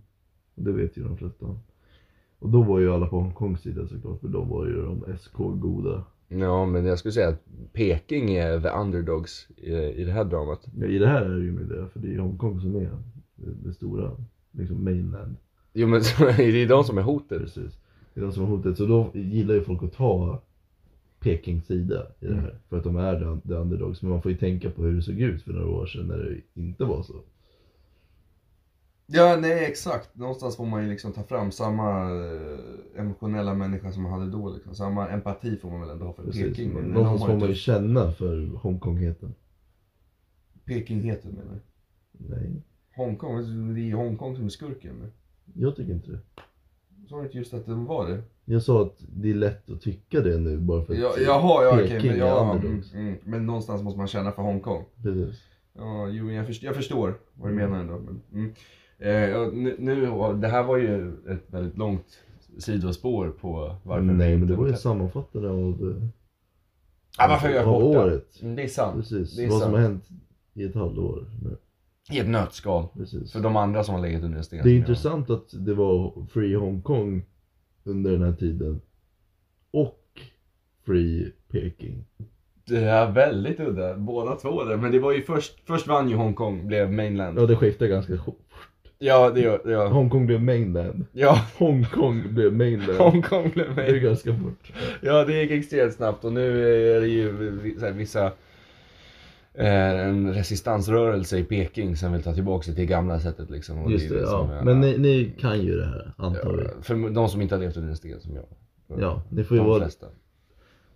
[SPEAKER 2] Och Det vet ju de flesta. Och då var ju alla på Hongkongs sida såklart för de var ju de SK-goda.
[SPEAKER 1] Ja, men jag skulle säga att Peking är the underdogs i, i det här dramat.
[SPEAKER 2] Ja, I det här är det ju med det, för det är ju Hongkong som är det, det stora, liksom mainland.
[SPEAKER 1] Jo, men det är de som är hotet.
[SPEAKER 2] Precis. Det är de som har hotet. Så då gillar ju folk att ta Pekings sida i det här. För att de är the- the underdogs. Men man får ju tänka på hur det såg ut för några år sedan när det inte var så.
[SPEAKER 1] Ja, nej exakt. Någonstans får man ju liksom ta fram samma eh, emotionella människa som man hade då. Liksom. Samma empati får man väl ändå ha för
[SPEAKER 2] Precis.
[SPEAKER 1] Peking. men de har
[SPEAKER 2] Någonstans
[SPEAKER 1] ju typ-
[SPEAKER 2] får man ju
[SPEAKER 1] inte-
[SPEAKER 2] känna för Hongkongheten.
[SPEAKER 1] Peking heter det menar jag.
[SPEAKER 2] Nej,
[SPEAKER 1] Hongkong, det är ju Hongkong som är skurken. men
[SPEAKER 2] jag tycker inte det.
[SPEAKER 1] Sa du inte just att den var det?
[SPEAKER 2] Jag sa att det är lätt att tycka det nu bara för att...
[SPEAKER 1] Ja, jaha, ja okej.
[SPEAKER 2] Peking
[SPEAKER 1] men,
[SPEAKER 2] är
[SPEAKER 1] ja, mm,
[SPEAKER 2] underdogs.
[SPEAKER 1] mm, men någonstans måste man känna för Hongkong.
[SPEAKER 2] Precis.
[SPEAKER 1] Ja, jo, men jag, förstår, jag förstår vad du
[SPEAKER 2] Mm.
[SPEAKER 1] menar ändå. Men, mm. eh, ja, nu, nu, och det här var ju ett väldigt långt sidospår på varför vi
[SPEAKER 2] Nej,
[SPEAKER 1] inte
[SPEAKER 2] men det var ju
[SPEAKER 1] hotell-
[SPEAKER 2] sammanfattande av, eh,
[SPEAKER 1] ja, varför vi har
[SPEAKER 2] av
[SPEAKER 1] gått där.
[SPEAKER 2] året.
[SPEAKER 1] Mm, Det är sant.
[SPEAKER 2] Precis,
[SPEAKER 1] Det är
[SPEAKER 2] vad som
[SPEAKER 1] sant.
[SPEAKER 2] har hänt i ett halvår. nu.
[SPEAKER 1] I ett nötskal.
[SPEAKER 2] Precis.
[SPEAKER 1] För de andra som har legat under en sten.
[SPEAKER 2] Det är intressant att det var Free Hongkong under den här tiden. Och Free Peking.
[SPEAKER 1] Det är väldigt udda, båda två där. Men det var ju först, först vann ju Hongkong, blev mainland.
[SPEAKER 2] Ja, det skiftar ganska fort.
[SPEAKER 1] Ja, det gör det. gör-
[SPEAKER 2] Hongkong blev mainland.
[SPEAKER 1] Ja,
[SPEAKER 2] Hongkong blev mainland.
[SPEAKER 1] Hongkong blev
[SPEAKER 2] Det är
[SPEAKER 1] mainland.
[SPEAKER 2] ganska fort.
[SPEAKER 1] Ja, det gick extremt snabbt och nu är det ju vi- så här, vissa eh, en resistansrörelse i Peking som vill ta tillbaka sig till gamla sättet liksom. Och
[SPEAKER 2] Just
[SPEAKER 1] är
[SPEAKER 2] det,
[SPEAKER 1] som
[SPEAKER 2] ja.
[SPEAKER 1] jag-
[SPEAKER 2] Men ni, ni kan ju det här, antar vi.
[SPEAKER 1] ja, För de som inte har levt under en sten som jag.
[SPEAKER 2] Ja, ni får ju
[SPEAKER 1] De
[SPEAKER 2] vara...
[SPEAKER 1] flesta.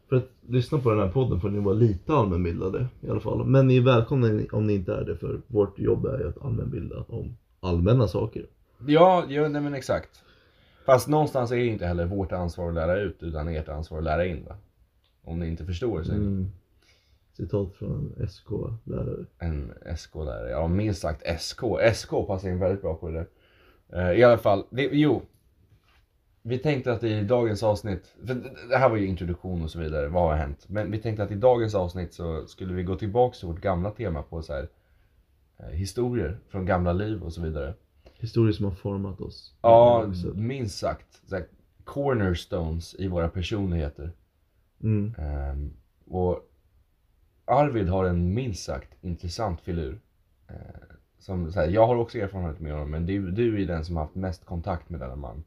[SPEAKER 2] För att lyssna på den här podden får ni vara lite allmänbildade i alla fall. Men ni är välkomna om ni inte är det, för vårt jobb är ju att allmänbilda om allmänna saker.
[SPEAKER 1] Ja, ja nej, men exakt. Fast någonstans är det ju inte heller vårt ansvar att lära ut utan ert ansvar att lära in va? Om ni inte förstår så är ni
[SPEAKER 2] Mm. Citat från en SK-lärare.
[SPEAKER 1] en SK-lärare. Ja, minst sagt SK. SK passar in väldigt bra på det där. Eh, I alla fall, det, jo. Vi tänkte att i dagens avsnitt, för det- det här var ju introduktion och så vidare, vad har hänt? Men vi tänkte att i dagens avsnitt så skulle vi gå tillbaka till vårt gamla tema på så här, eh, historier från gamla liv och så vidare.
[SPEAKER 2] Historier som har format oss.
[SPEAKER 1] Ja,
[SPEAKER 2] Också.
[SPEAKER 1] minst sagt. Så här, cornerstones i våra personligheter.
[SPEAKER 2] Mm.
[SPEAKER 1] Ehm, och Arvid har en minst sagt intressant filur. Eh, som, så här, jag har också erfarenhet med honom, men du, du är den som har haft mest kontakt med denna man.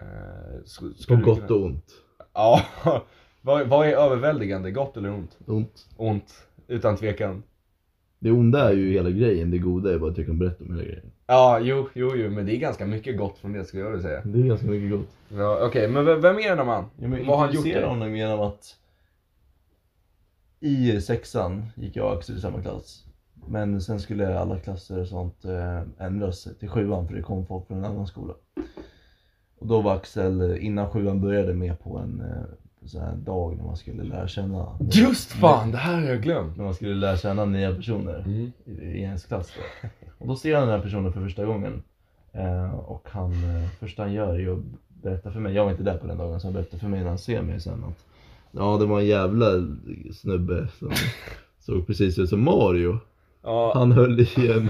[SPEAKER 1] Eh, sk-
[SPEAKER 2] På
[SPEAKER 1] skulle du
[SPEAKER 2] gott
[SPEAKER 1] kunna-
[SPEAKER 2] och ont.
[SPEAKER 1] Ja. vad, vad är överväldigande? Gott eller ont?
[SPEAKER 2] Ont.
[SPEAKER 1] Ont, utan tvekan.
[SPEAKER 2] Det onda är ju hela grejen, det goda är bara att jag kan berätta om hela grejen.
[SPEAKER 1] Ja, jo, jo, jo, men det är ganska mycket gott från det skulle jag vilja säga.
[SPEAKER 2] Det är ganska mycket gott.
[SPEAKER 1] Ja, Okej, men v- vem är denna man?
[SPEAKER 3] Ja, men
[SPEAKER 1] Vad har han gjort
[SPEAKER 3] introducera
[SPEAKER 1] dig?
[SPEAKER 3] honom genom att i sexan gick jag och Axel i samma klass. Men sen skulle alla klasser och sånt eh, ändras till sjuan för det kom folk från en annan skola. Och då var Axel eh, innan sjuan började med på en eh, sån här dag när man skulle lära känna
[SPEAKER 1] Just fan, det här har jag glömt.
[SPEAKER 3] när man skulle lära känna nya personer
[SPEAKER 1] Mm.
[SPEAKER 3] i, i ens klass. Då. Och då ser han den här personen för första gången. Eh, och han, eh, första han gör är att berätta för mig, jag var inte där på den dagen, så han berättar för mig när han ser mig sen att
[SPEAKER 2] Ja, det var en jävla snubbe som såg precis ut som Mario.
[SPEAKER 1] Ja,
[SPEAKER 2] Han höll i en,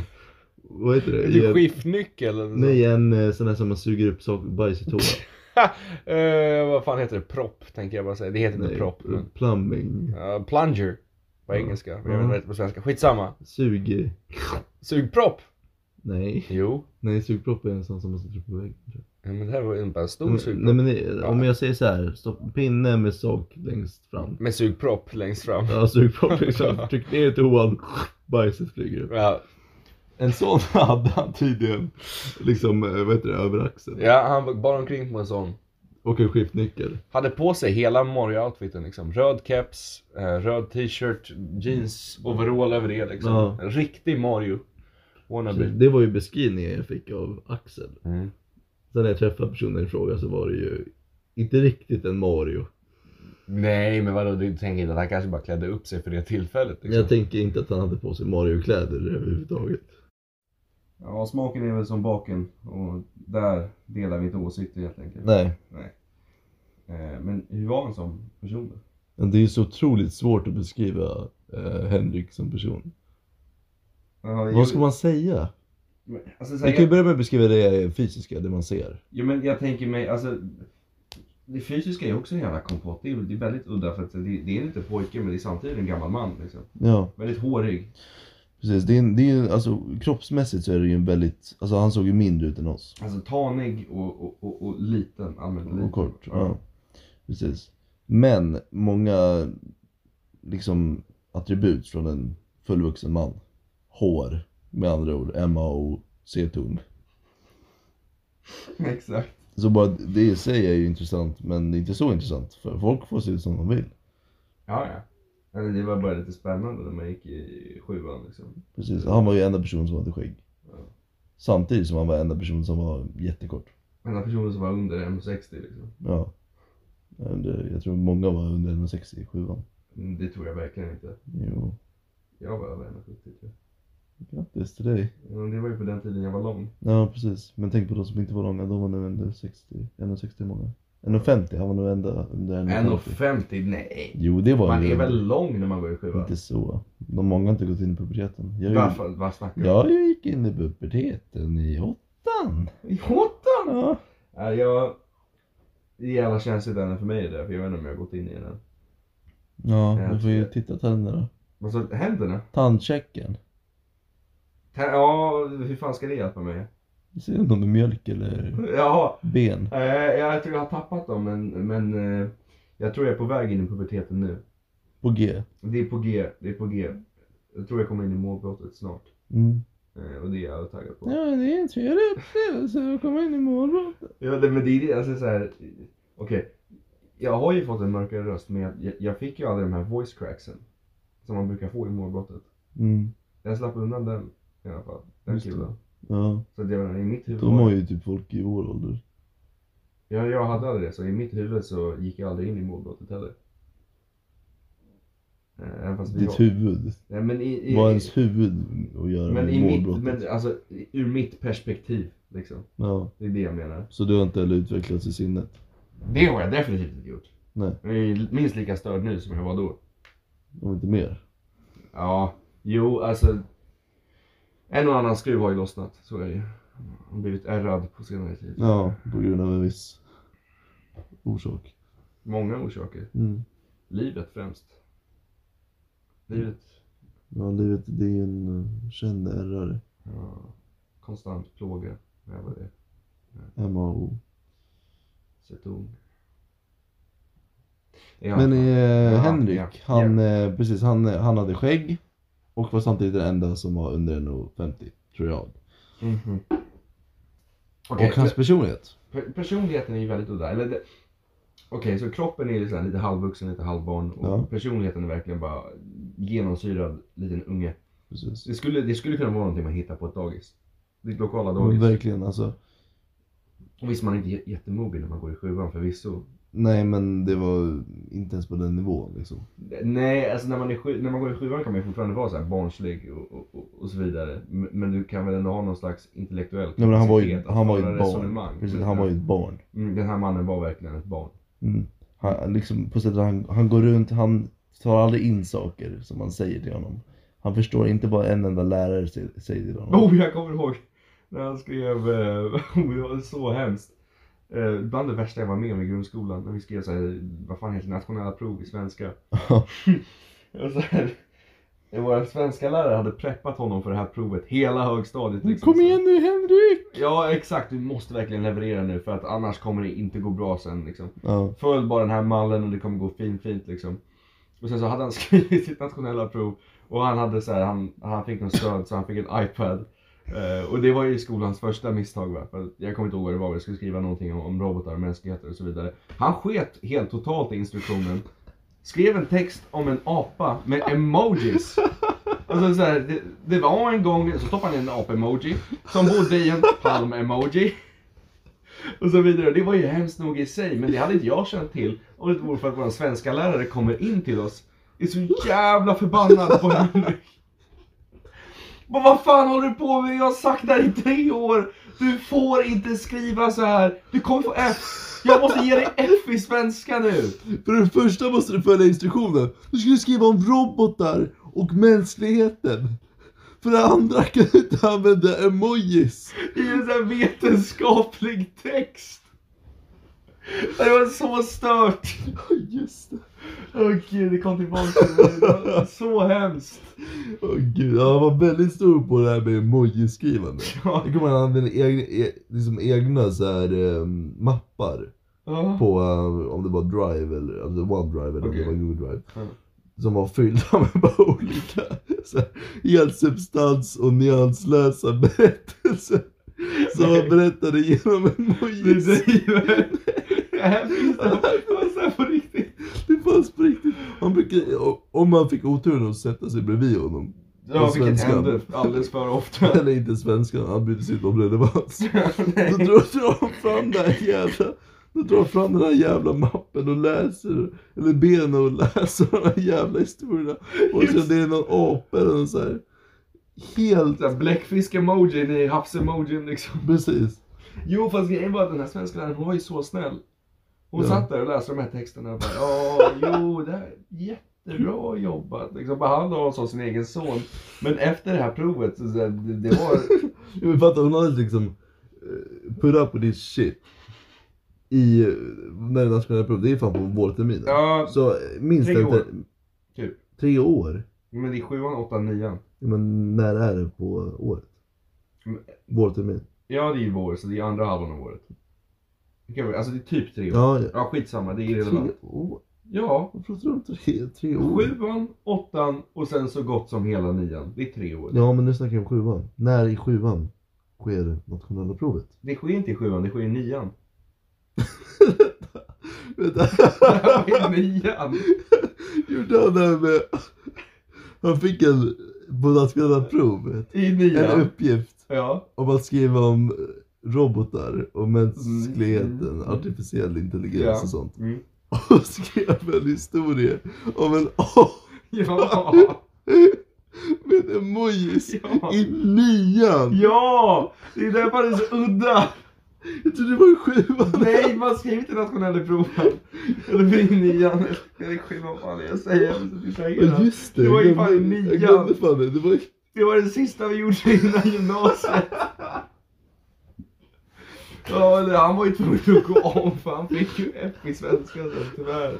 [SPEAKER 2] vad heter det? I
[SPEAKER 1] du
[SPEAKER 2] en,
[SPEAKER 1] skiftnyckel eller så.
[SPEAKER 2] nej, en eh, sån där som man suger upp saker, bajs i toa.
[SPEAKER 1] Eh, vad fan heter det? Propp tänker jag bara säga. Det heter inte
[SPEAKER 2] Nej,
[SPEAKER 1] propp. Men,
[SPEAKER 2] plumbing.
[SPEAKER 1] Ja, plunger på
[SPEAKER 2] Ja.
[SPEAKER 1] engelska. Jag vet
[SPEAKER 2] Ja.
[SPEAKER 1] inte vad det heter på svenska. Skitsamma.
[SPEAKER 2] Sug...
[SPEAKER 1] Sugpropp!
[SPEAKER 2] Nej.
[SPEAKER 1] Jo.
[SPEAKER 2] Nej, sugpropp är en sån som man sätter upp på väggen. tror
[SPEAKER 1] Ja,
[SPEAKER 2] jag.
[SPEAKER 1] men det här var ju bara en stor sugpropp.
[SPEAKER 2] Nej, men det- om jag säger så här, stopp pinne med sak längst fram.
[SPEAKER 1] Med sugpropp längst fram.
[SPEAKER 2] Ja, sugpropp liksom. Tryck ner i toan, bajset flyger upp.
[SPEAKER 1] Ja.
[SPEAKER 2] En sån hade han tydligen, liksom, eh, vad heter det, över axeln.
[SPEAKER 1] ja, han bar omkring på en sån.
[SPEAKER 2] Och en skiftnyckel.
[SPEAKER 1] Hade på sig hela Mario-outfiten liksom. Röd keps, eh, röd t-shirt, jeans, overall över det liksom.
[SPEAKER 2] Ja. Typ.
[SPEAKER 1] En riktig Mario.
[SPEAKER 2] Så
[SPEAKER 1] Wannabe.
[SPEAKER 2] Det var ju beskrivningen jag fick av Axel.
[SPEAKER 1] Mm.
[SPEAKER 2] Sen när jag träffade personen i fråga så var det ju inte riktigt en Mario.
[SPEAKER 4] Nej, men vadå, du tänker inte att han kanske bara klädde upp sig för det tillfället?
[SPEAKER 1] liksom.
[SPEAKER 2] Men jag tänker inte att han hade på sig Mario-kläder överhuvudtaget.
[SPEAKER 1] Ja, smaken är väl som baken och där delar vi inte åsikter helt enkelt.
[SPEAKER 2] Nej,
[SPEAKER 1] Eh, Men hur var han som person då?
[SPEAKER 2] men det är så otroligt svårt att beskriva eh, Henrik som person.
[SPEAKER 1] Ja, jo,
[SPEAKER 2] Vad ska man säga?
[SPEAKER 1] men, alltså, så
[SPEAKER 2] Vi
[SPEAKER 1] här,
[SPEAKER 2] kan ju
[SPEAKER 1] jag,
[SPEAKER 2] börja med att beskriva det eh, fysiska, det man ser.
[SPEAKER 1] jo, men jag tänker mig, alltså det fysiska är också en jävla kompott. Det är, det är väldigt udda för att det, det är lite pojke men det är samtidigt en gammal man. Liksom.
[SPEAKER 2] Ja,
[SPEAKER 1] Väldigt hårig.
[SPEAKER 2] precis. Det är, en- det är, en- alltså, kroppsmässigt så är det ju en väldigt, alltså han såg ju mindre ut än oss.
[SPEAKER 1] Alltså tanig och, och, och, och liten. Allmänt liten.
[SPEAKER 2] och kort. Ja. Precis. Men många liksom attribut från en fullvuxen man. Hår, med andra ord. MAO, C-ton.
[SPEAKER 1] Exakt.
[SPEAKER 2] Så bara det i sig är ju intressant, men det är inte så intressant. För folk får se ut som de vill.
[SPEAKER 1] Ja, ja. Eller, det var bara lite spännande när man gick i sjuan liksom.
[SPEAKER 2] Precis. Han var ju enda person som hade skägg. Samtidigt som han var enda person som var jättekort.
[SPEAKER 1] Enda personen som var under 1,60 liksom.
[SPEAKER 2] Ja. Under- Jag tror många var under 1,60 i sjuan.
[SPEAKER 1] Mm, Det tror jag verkligen inte.
[SPEAKER 2] Jo,
[SPEAKER 1] Jag var över 1,70 tror jag.
[SPEAKER 2] grattis till dig.
[SPEAKER 1] Men det var ju på den tiden jag var lång.
[SPEAKER 2] Ja precis, men tänk på de som inte var långa, de var nog under 60, 1,60 många. 1,50, han var nog ända under 1,50.
[SPEAKER 1] 1,50? Nej.
[SPEAKER 2] Jo det var
[SPEAKER 1] Man
[SPEAKER 2] ju
[SPEAKER 1] är väl lång när man går i sjuan?
[SPEAKER 2] inte så. De många har inte gått in i puberteten. Jag,
[SPEAKER 1] Varför? Vad snackar du om?
[SPEAKER 2] jag gick in i puberteten i åttan.
[SPEAKER 1] I åttan?
[SPEAKER 2] Ja.
[SPEAKER 1] Ja, jag... Det är jävla känsligt ämne för mig det där, för jag vet inte om jag har gått in i den. än.
[SPEAKER 2] ja,
[SPEAKER 1] Jag
[SPEAKER 2] du får ju
[SPEAKER 1] tror-
[SPEAKER 2] titta tänderna.
[SPEAKER 1] Men så händerna?
[SPEAKER 2] Tandchecken.
[SPEAKER 1] Tä- Ja, hur fan ska det hjälpa mig?
[SPEAKER 2] Ser du om det är mjölk eller
[SPEAKER 1] Jaha,
[SPEAKER 2] ben?
[SPEAKER 1] eh, jag tror jag har tappat dem men, men eh, jag tror jag är på väg in i puberteten nu.
[SPEAKER 2] På G.
[SPEAKER 1] Det är på G, det är på G. Jag tror jag kommer in i målbrottet snart.
[SPEAKER 2] Mm.
[SPEAKER 1] Eh, och det är jag taggad på.
[SPEAKER 2] Ja, det är en trevlig upplevelse att komma in i morgon.
[SPEAKER 1] Ja, det, men det är det, alltså så här. Okej. Jag har ju fått en mörkare röst men jag, jag fick ju aldrig de här voice cracksen. Som man brukar få i målbrottet.
[SPEAKER 2] Mm.
[SPEAKER 1] Jag slapp undan den i alla fall. Den
[SPEAKER 2] Just det.
[SPEAKER 1] killen.
[SPEAKER 2] Ja,
[SPEAKER 1] Så att jag menar, i mitt huvud.
[SPEAKER 2] de har ju typ folk i vår ålder.
[SPEAKER 1] Jag, jag hade aldrig det, så i mitt huvud så gick jag aldrig in i målbrottet heller. Eh, Även fast vi
[SPEAKER 2] Ditt huvud.
[SPEAKER 1] Nej, men i, i,
[SPEAKER 2] Vad ens huvud att göra
[SPEAKER 1] men
[SPEAKER 2] med
[SPEAKER 1] i mitt,
[SPEAKER 2] målbrottet.
[SPEAKER 1] men alltså i- ur mitt perspektiv liksom.
[SPEAKER 2] Ja,
[SPEAKER 1] Det är det jag menar.
[SPEAKER 2] så du har inte heller utvecklats i sinnet?
[SPEAKER 1] Det har jag definitivt inte gjort.
[SPEAKER 2] Nej.
[SPEAKER 1] Jag är minst lika störd nu som jag var då.
[SPEAKER 2] Om inte mer?
[SPEAKER 1] Ja, jo alltså. En och annan skruv har ju lossnat, så är det ju. Jag har blivit ärrad på senare tid.
[SPEAKER 2] Ja, på grund av en viss orsak.
[SPEAKER 1] Många orsaker.
[SPEAKER 2] Mm.
[SPEAKER 1] Livet främst. Livet.
[SPEAKER 2] Ja, livet det är en eh, känd ärrare.
[SPEAKER 1] Ja, konstant plåga. Jag var det.
[SPEAKER 2] MAO.
[SPEAKER 1] Sett ung. Ja,
[SPEAKER 2] Men eh,
[SPEAKER 1] Ja,
[SPEAKER 2] Henrik,
[SPEAKER 1] ja,
[SPEAKER 2] han, eh, precis, han, eh, han hade skägg och var samtidigt den enda som var under 1,50 tror jag.
[SPEAKER 1] Mhm. Okej,
[SPEAKER 2] och hans personlighet.
[SPEAKER 1] per- personligheten är ju väldigt udda. Eller det... Okej, så kroppen är ju så här lite halvvuxen, lite halvbarn och
[SPEAKER 2] Ja.
[SPEAKER 1] personligheten är verkligen bara genomsyrad liten unge.
[SPEAKER 2] Precis.
[SPEAKER 1] Det skulle, det skulle kunna vara någonting man hittar på ett dagis. Ditt lokala
[SPEAKER 2] Men
[SPEAKER 1] dagis.
[SPEAKER 2] verkligen alltså.
[SPEAKER 1] Och visst, man är inte j- jättemogen när man går i sjuan förvisso.
[SPEAKER 2] Nej men det var inte ens på den nivån liksom.
[SPEAKER 1] Nej, alltså när man, är sju, när man går i sjuan kan man ju fortfarande vara så här barnslig och, och- och, och så vidare. Men, men du kan väl ändå ha någon slags intellektuell
[SPEAKER 2] Nej, men han var ju,
[SPEAKER 1] kapacitet att
[SPEAKER 2] han var ju
[SPEAKER 1] föra
[SPEAKER 2] ett barn.
[SPEAKER 1] resonemang.
[SPEAKER 2] Precis, han var ju ett barn.
[SPEAKER 1] Mm, Den här mannen var verkligen ett barn.
[SPEAKER 2] Mm. Han, liksom, på sättet han, han går runt, han tar aldrig in saker som man säger till honom. Han förstår inte vad en enda lärare sä- säger till honom.
[SPEAKER 1] Oh, jag kommer ihåg när han skrev, eh, oh, det var så hemskt. Eh, bland det värsta jag var med om i grundskolan, när vi skrev så här, vad fan heter det, nationella prov i svenska. Och så här, eh, våra svenska lärare hade preppat honom för det här provet hela högstadiet. liksom.
[SPEAKER 2] Kom igen nu Henrik!
[SPEAKER 1] Ja, exakt. Du måste verkligen leverera nu för att annars kommer det inte gå bra sen liksom.
[SPEAKER 2] Ja,
[SPEAKER 1] Följ bara den här mallen och det kommer gå fint, fint liksom. Och sen så hade han skrivit sitt nationella prov och han hade så här, han, han fick något stöd så han fick en iPad. Eh, och det var ju skolans första misstag va? För att jag kommer inte ihåg vad det var, jag skulle skriva någonting om, om robotar och mänskligheter och så vidare. Han sket helt totalt i instruktionen. Skrev en text om en apa med emojis. Alltså så här, det, det var en gång, så stoppade han in en apa-emoji som bodde i en palm-emoji. Och så vidare. Det var ju hemskt nog i sig, men det hade inte jag känt till om det inte vore för att vår svenska lärare kommer in till oss. Är så jävla förbannad på Henrik. Men vad fan håller du på med? Jag har sagt det här i tre år. Du får inte skriva så här. Du kommer få F. Jag måste ge dig F i svenska nu.
[SPEAKER 2] För det första måste du följa instruktionen. Du skulle skriva om robotar och mänskligheten. För det andra kan du inte använda emojis.
[SPEAKER 1] I en sån här vetenskaplig text. Det var så stört.
[SPEAKER 2] Just det.
[SPEAKER 1] Åh gud, det kom tillbaka till mig. Det var Så hemskt.
[SPEAKER 2] Åh gud, han var väldigt stor på det här med emojiskrivande.
[SPEAKER 1] Ja.
[SPEAKER 2] Det kommer han använda egna, e, liksom egna så här, eh, mappar
[SPEAKER 1] Ja.
[SPEAKER 2] på eh, om det var Drive eller om det var OneDrive eller
[SPEAKER 1] Mm. Okej.
[SPEAKER 2] om det var Google Drive.
[SPEAKER 1] Ja.
[SPEAKER 2] Som var fyllda med bara olika så här, helt substans och nyanslösa berättelser. Som han berättade genom
[SPEAKER 1] Du
[SPEAKER 2] emojis.
[SPEAKER 1] driver. Det här finns det var så här på riktigt.
[SPEAKER 2] Det fanns på riktigt. Han brukade, och- om man fick oturen att sätta sig bredvid honom.
[SPEAKER 1] Ja, vilket
[SPEAKER 2] svenskan.
[SPEAKER 1] händer alldeles för ofta.
[SPEAKER 2] Eller inte svenskan, han brydde sig inte om relevans.
[SPEAKER 1] Nej.
[SPEAKER 2] Då drar, drar han fram den här jävla Då drar han fram den här jävla mappen och läser Eller ber henne att läsa de här jävla historierna Och så det är någon apa eller något så här. Helt
[SPEAKER 1] Så här Bläckfisk-emojin i havs-emojin liksom.
[SPEAKER 2] precis
[SPEAKER 1] Jo fast grejen var att den här svenska läraren hon var ju så snäll. Hon
[SPEAKER 2] Ja.
[SPEAKER 1] satt där och läste de här texterna och bara ja, jo det här är jättebra jobbat. Liksom, bara han var som sin egen son. Men efter det här provet så, så här, det, det var...
[SPEAKER 2] Jag vill fatta, hon hade liksom eh, Put up with this shit I, eh, när det nationella provet, det är fan på vårterminen
[SPEAKER 1] Ja,
[SPEAKER 2] Så eh, minst
[SPEAKER 1] Tre
[SPEAKER 2] en-
[SPEAKER 1] år. Typ.
[SPEAKER 2] Tre år?
[SPEAKER 1] men det är sjuan, åttan, nian.
[SPEAKER 2] Ja, men när är det på året?
[SPEAKER 1] Men-
[SPEAKER 2] Vårtermin?
[SPEAKER 1] Ja det är ju vår så det är andra halvan av året. Det kan vara- Alltså det är typ tre år.
[SPEAKER 2] Ja, ja.
[SPEAKER 1] Ja skitsamma, det är
[SPEAKER 2] Tre
[SPEAKER 1] irrelevant.
[SPEAKER 2] år?
[SPEAKER 1] Ja,
[SPEAKER 2] Vad pratar du om tre, tre år?
[SPEAKER 1] sjuan, åttan och sen så gott som hela nian. Det är tre år.
[SPEAKER 2] Ja, men nu snackar vi om sjuan. När i sjuan sker nationella provet?
[SPEAKER 1] Det sker inte i sjuan, det sker i nian.
[SPEAKER 2] Vänta.
[SPEAKER 1] Det här var i nian!
[SPEAKER 2] Gjorde han det här med... Han fick en på nationella provet
[SPEAKER 1] I
[SPEAKER 2] en
[SPEAKER 1] nian.
[SPEAKER 2] uppgift
[SPEAKER 1] Ja.
[SPEAKER 2] om att skriva om eh, robotar och mänskligheten,
[SPEAKER 1] Mm.
[SPEAKER 2] artificiell intelligens
[SPEAKER 1] Ja.
[SPEAKER 2] och sånt.
[SPEAKER 1] Mm.
[SPEAKER 2] Och skrev en historia om en A
[SPEAKER 1] Ja!
[SPEAKER 2] med emojis
[SPEAKER 1] Ja!
[SPEAKER 2] i nian.
[SPEAKER 1] Ja! Det är därför det är så udda!
[SPEAKER 2] Jag trodde det var i sjuan.
[SPEAKER 1] Nej, man skriver inte nationella proven. Eller för i nian. Eller sjuan, vad fan är det jag säger? Jag måste
[SPEAKER 2] Ja,
[SPEAKER 1] distrahera.
[SPEAKER 2] just det.
[SPEAKER 1] Det var ju
[SPEAKER 2] jag
[SPEAKER 1] fan i
[SPEAKER 2] glömde-
[SPEAKER 1] nian.
[SPEAKER 2] Jag glömde fan det. Det var
[SPEAKER 1] Det var det sista vi gjorde innan gymnasiet. Ja, eller han var ju tvungen att gå om för han fick ju F i svenska sen tyvärr.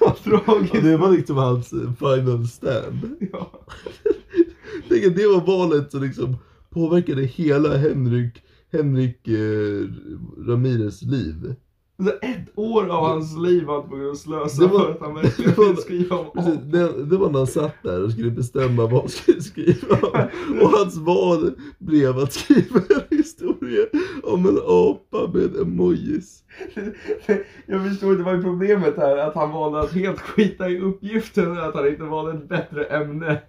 [SPEAKER 1] Vad
[SPEAKER 2] Ja,
[SPEAKER 1] tragiskt.
[SPEAKER 2] det var liksom hans eh, final stand.
[SPEAKER 1] Ja.
[SPEAKER 2] Tänk att det var valet som liksom påverkade hela Henrik, Henrik eh, Ramirez liv.
[SPEAKER 1] Alltså, ett år av hans liv var han tvungen att slösa
[SPEAKER 2] Det var-
[SPEAKER 1] för att han verkligen
[SPEAKER 2] det var-
[SPEAKER 1] ville skriva om
[SPEAKER 2] Precis, Det, det var när han satt där och skulle bestämma vad han skulle skriva om. Och hans val blev att skriva en historia om en apa med emojis.
[SPEAKER 1] Jag förstår inte vad är problemet här, att han valde att helt skita i uppgiften och att han inte valde ett bättre ämne.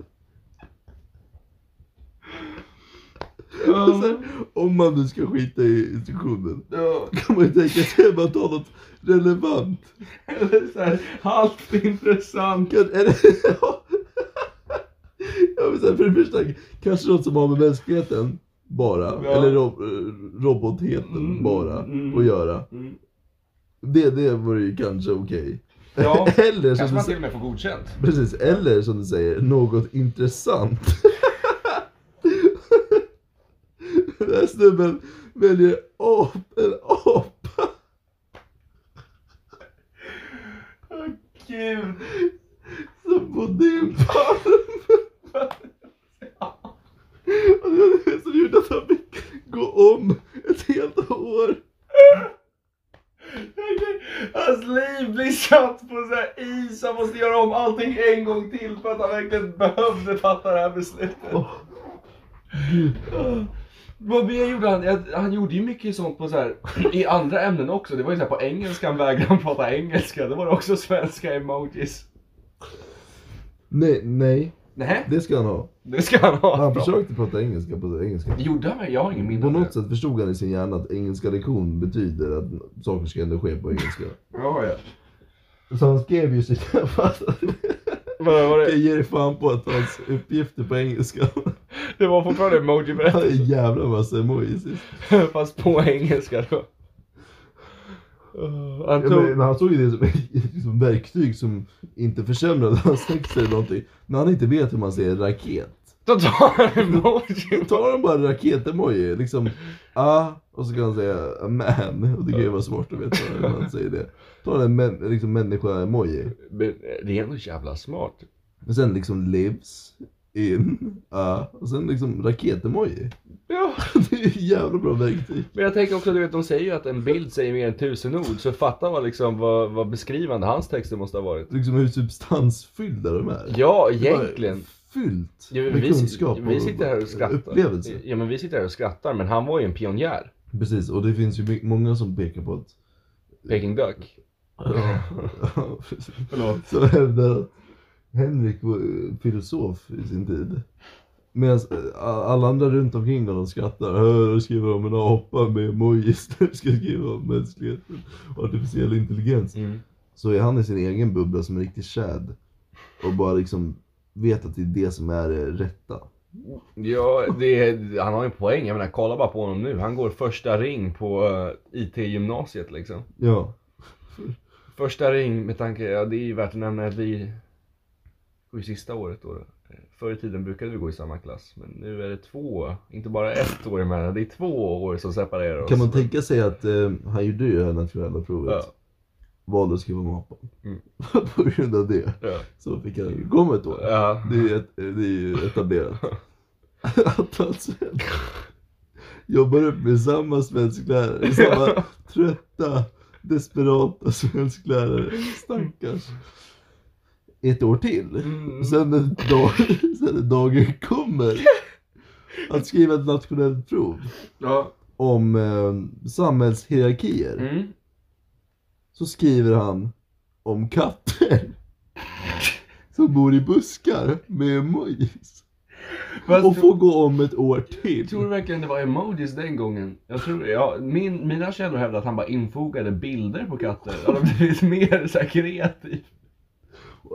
[SPEAKER 2] Och
[SPEAKER 1] Ja,
[SPEAKER 2] sen, om man nu ska skita i instruktionen
[SPEAKER 1] ja,
[SPEAKER 2] kan man ju tänka sig att man tar något relevant.
[SPEAKER 1] eller så här, halvt intressant.
[SPEAKER 2] Kan, är det, ja. Ja, men så här, för det första, kanske något som har med mänskligheten bara,
[SPEAKER 1] Ja.
[SPEAKER 2] eller ro, eh, robotheten
[SPEAKER 1] Mm,
[SPEAKER 2] bara,
[SPEAKER 1] mm.
[SPEAKER 2] att göra.
[SPEAKER 1] Mm.
[SPEAKER 2] Det, det vore ju kanske okej.
[SPEAKER 1] Ja,
[SPEAKER 2] Eller, som du, sä-
[SPEAKER 1] och med får godkänt.
[SPEAKER 2] precis, eller som du säger, något intressant. Den här snubben väljer ap, en apa.
[SPEAKER 1] Gud.
[SPEAKER 2] som bodde i en farm. Och det var det som gjorde att han fick gå om ett helt år.
[SPEAKER 1] Hans liv blir satt på så här is, han måste göra om allting en gång till för att han verkligen behövde fatta det här beslutet.
[SPEAKER 2] Åh.
[SPEAKER 1] Vad mer gjorde han? Jag- Han gjorde ju mycket sånt på så här, i andra ämnen också. Det var ju så här, på engelskan vägrade han prata engelska. Det var det också svenska emojis.
[SPEAKER 2] Nej, nej.
[SPEAKER 5] Nej,
[SPEAKER 2] Det ska han ha.
[SPEAKER 5] det ska han ha.
[SPEAKER 2] Han
[SPEAKER 5] Bra.
[SPEAKER 2] försökte prata engelska på engelska.
[SPEAKER 1] Gjorde han det? Jag har ingen minne
[SPEAKER 2] På
[SPEAKER 1] av det.
[SPEAKER 2] något sätt förstod han i sin hjärna att engelska lektion betyder att saker ska ändå ske på engelska.
[SPEAKER 5] Ja, ja.
[SPEAKER 2] Så han skrev ju sina fast
[SPEAKER 5] Vad var det?
[SPEAKER 2] Jag ger dig fan på att hans uppgifter på engelska.
[SPEAKER 5] Det var fortfarande emoji
[SPEAKER 2] Han hade en jävla massa emojis.
[SPEAKER 5] fast på engelska då. Uh, Han
[SPEAKER 2] Ja,
[SPEAKER 5] tog...
[SPEAKER 2] men, men han såg ju det som, som verktyg som inte försämrade hans text eller någonting. När han inte vet hur man säger raket.
[SPEAKER 5] Då tar han emojin.
[SPEAKER 2] Då tar han bara raket-emoji. Liksom ah, och så kan han säga a man. Och det kan ju vara svårt att veta hur man säger det. Tar en män, liksom, människa-emoji.
[SPEAKER 1] Men eh, det är ändå jävla smart.
[SPEAKER 2] Men sen liksom lives, in, ah. Och sen liksom raket-emoji.
[SPEAKER 1] Ja.
[SPEAKER 2] Det är ju jävla bra verktyg.
[SPEAKER 1] Men jag tänker också, du vet de säger ju att en bild säger mer än tusen ord. Så fatta vad, liksom, vad, vad beskrivande hans texter måste ha varit.
[SPEAKER 2] Liksom hur substansfyllda de är.
[SPEAKER 1] Ja,
[SPEAKER 2] Det är bara
[SPEAKER 1] egentligen.
[SPEAKER 2] Fyllt
[SPEAKER 1] Ja, men
[SPEAKER 2] med
[SPEAKER 1] vi,
[SPEAKER 2] kunskap
[SPEAKER 1] vi sitter här och skrattar.
[SPEAKER 2] upplevelser.
[SPEAKER 1] Ja men vi sitter här och skrattar, men han var ju en pionjär.
[SPEAKER 2] Precis, och det finns ju my- många som pekar på att...
[SPEAKER 1] Peking Duck.
[SPEAKER 2] Ja, ja, precis.
[SPEAKER 5] Förlåt.
[SPEAKER 2] Som hävdar att Henrik var eh, filosof i sin tid. Medan alla andra runt omkring honom skrattar. Hör och skriver om en apa med emojis när du ska skriva om mänskligheten och artificiell intelligens.
[SPEAKER 1] Mm.
[SPEAKER 2] Så är han i sin egen bubbla som en riktig shad. Och bara liksom vet att det är det som är det rätta.
[SPEAKER 1] Ja, det, är- han har ju en poäng. Jag menar, kolla bara på honom nu. Han går första ring på eh, IT-gymnasiet liksom.
[SPEAKER 2] Ja.
[SPEAKER 1] Första ring med tanke, ja det är ju värt att nämna att vi går i sista året då. Förr i tiden brukade vi gå i samma klass, men nu är det två, inte bara ett år emellan, det är två år som separerar oss.
[SPEAKER 2] Kan man tänka sig att eh, han gjorde ju det här nationella provet.
[SPEAKER 1] Ja.
[SPEAKER 2] Valde att skriva om apan.
[SPEAKER 1] Mm.
[SPEAKER 2] På grund av det
[SPEAKER 1] Ja.
[SPEAKER 2] så fick han ju gå med ett år.
[SPEAKER 1] Ja.
[SPEAKER 2] Det är ju, ett, eh, det är ju etablerat. att han sen jobbar upp med samma svensklärare, samma trötta, desperata svensklärare. Stackars. Ett år till.
[SPEAKER 1] Mm.
[SPEAKER 2] Sen när dag, sen när dagen kommer att skriva ett nationellt prov
[SPEAKER 5] Ja.
[SPEAKER 2] om eh, samhällshierarkier
[SPEAKER 1] Mm.
[SPEAKER 2] så skriver han om katter som bor i buskar med emojis.
[SPEAKER 1] Fast
[SPEAKER 2] Och
[SPEAKER 1] du-
[SPEAKER 2] får gå om ett år till.
[SPEAKER 1] Jag tror verkligen det var emojis den gången. Jag tror, ja, min, mina källor hävdar att han bara infogade bilder på katter. Han har blivit mer så här kreativ.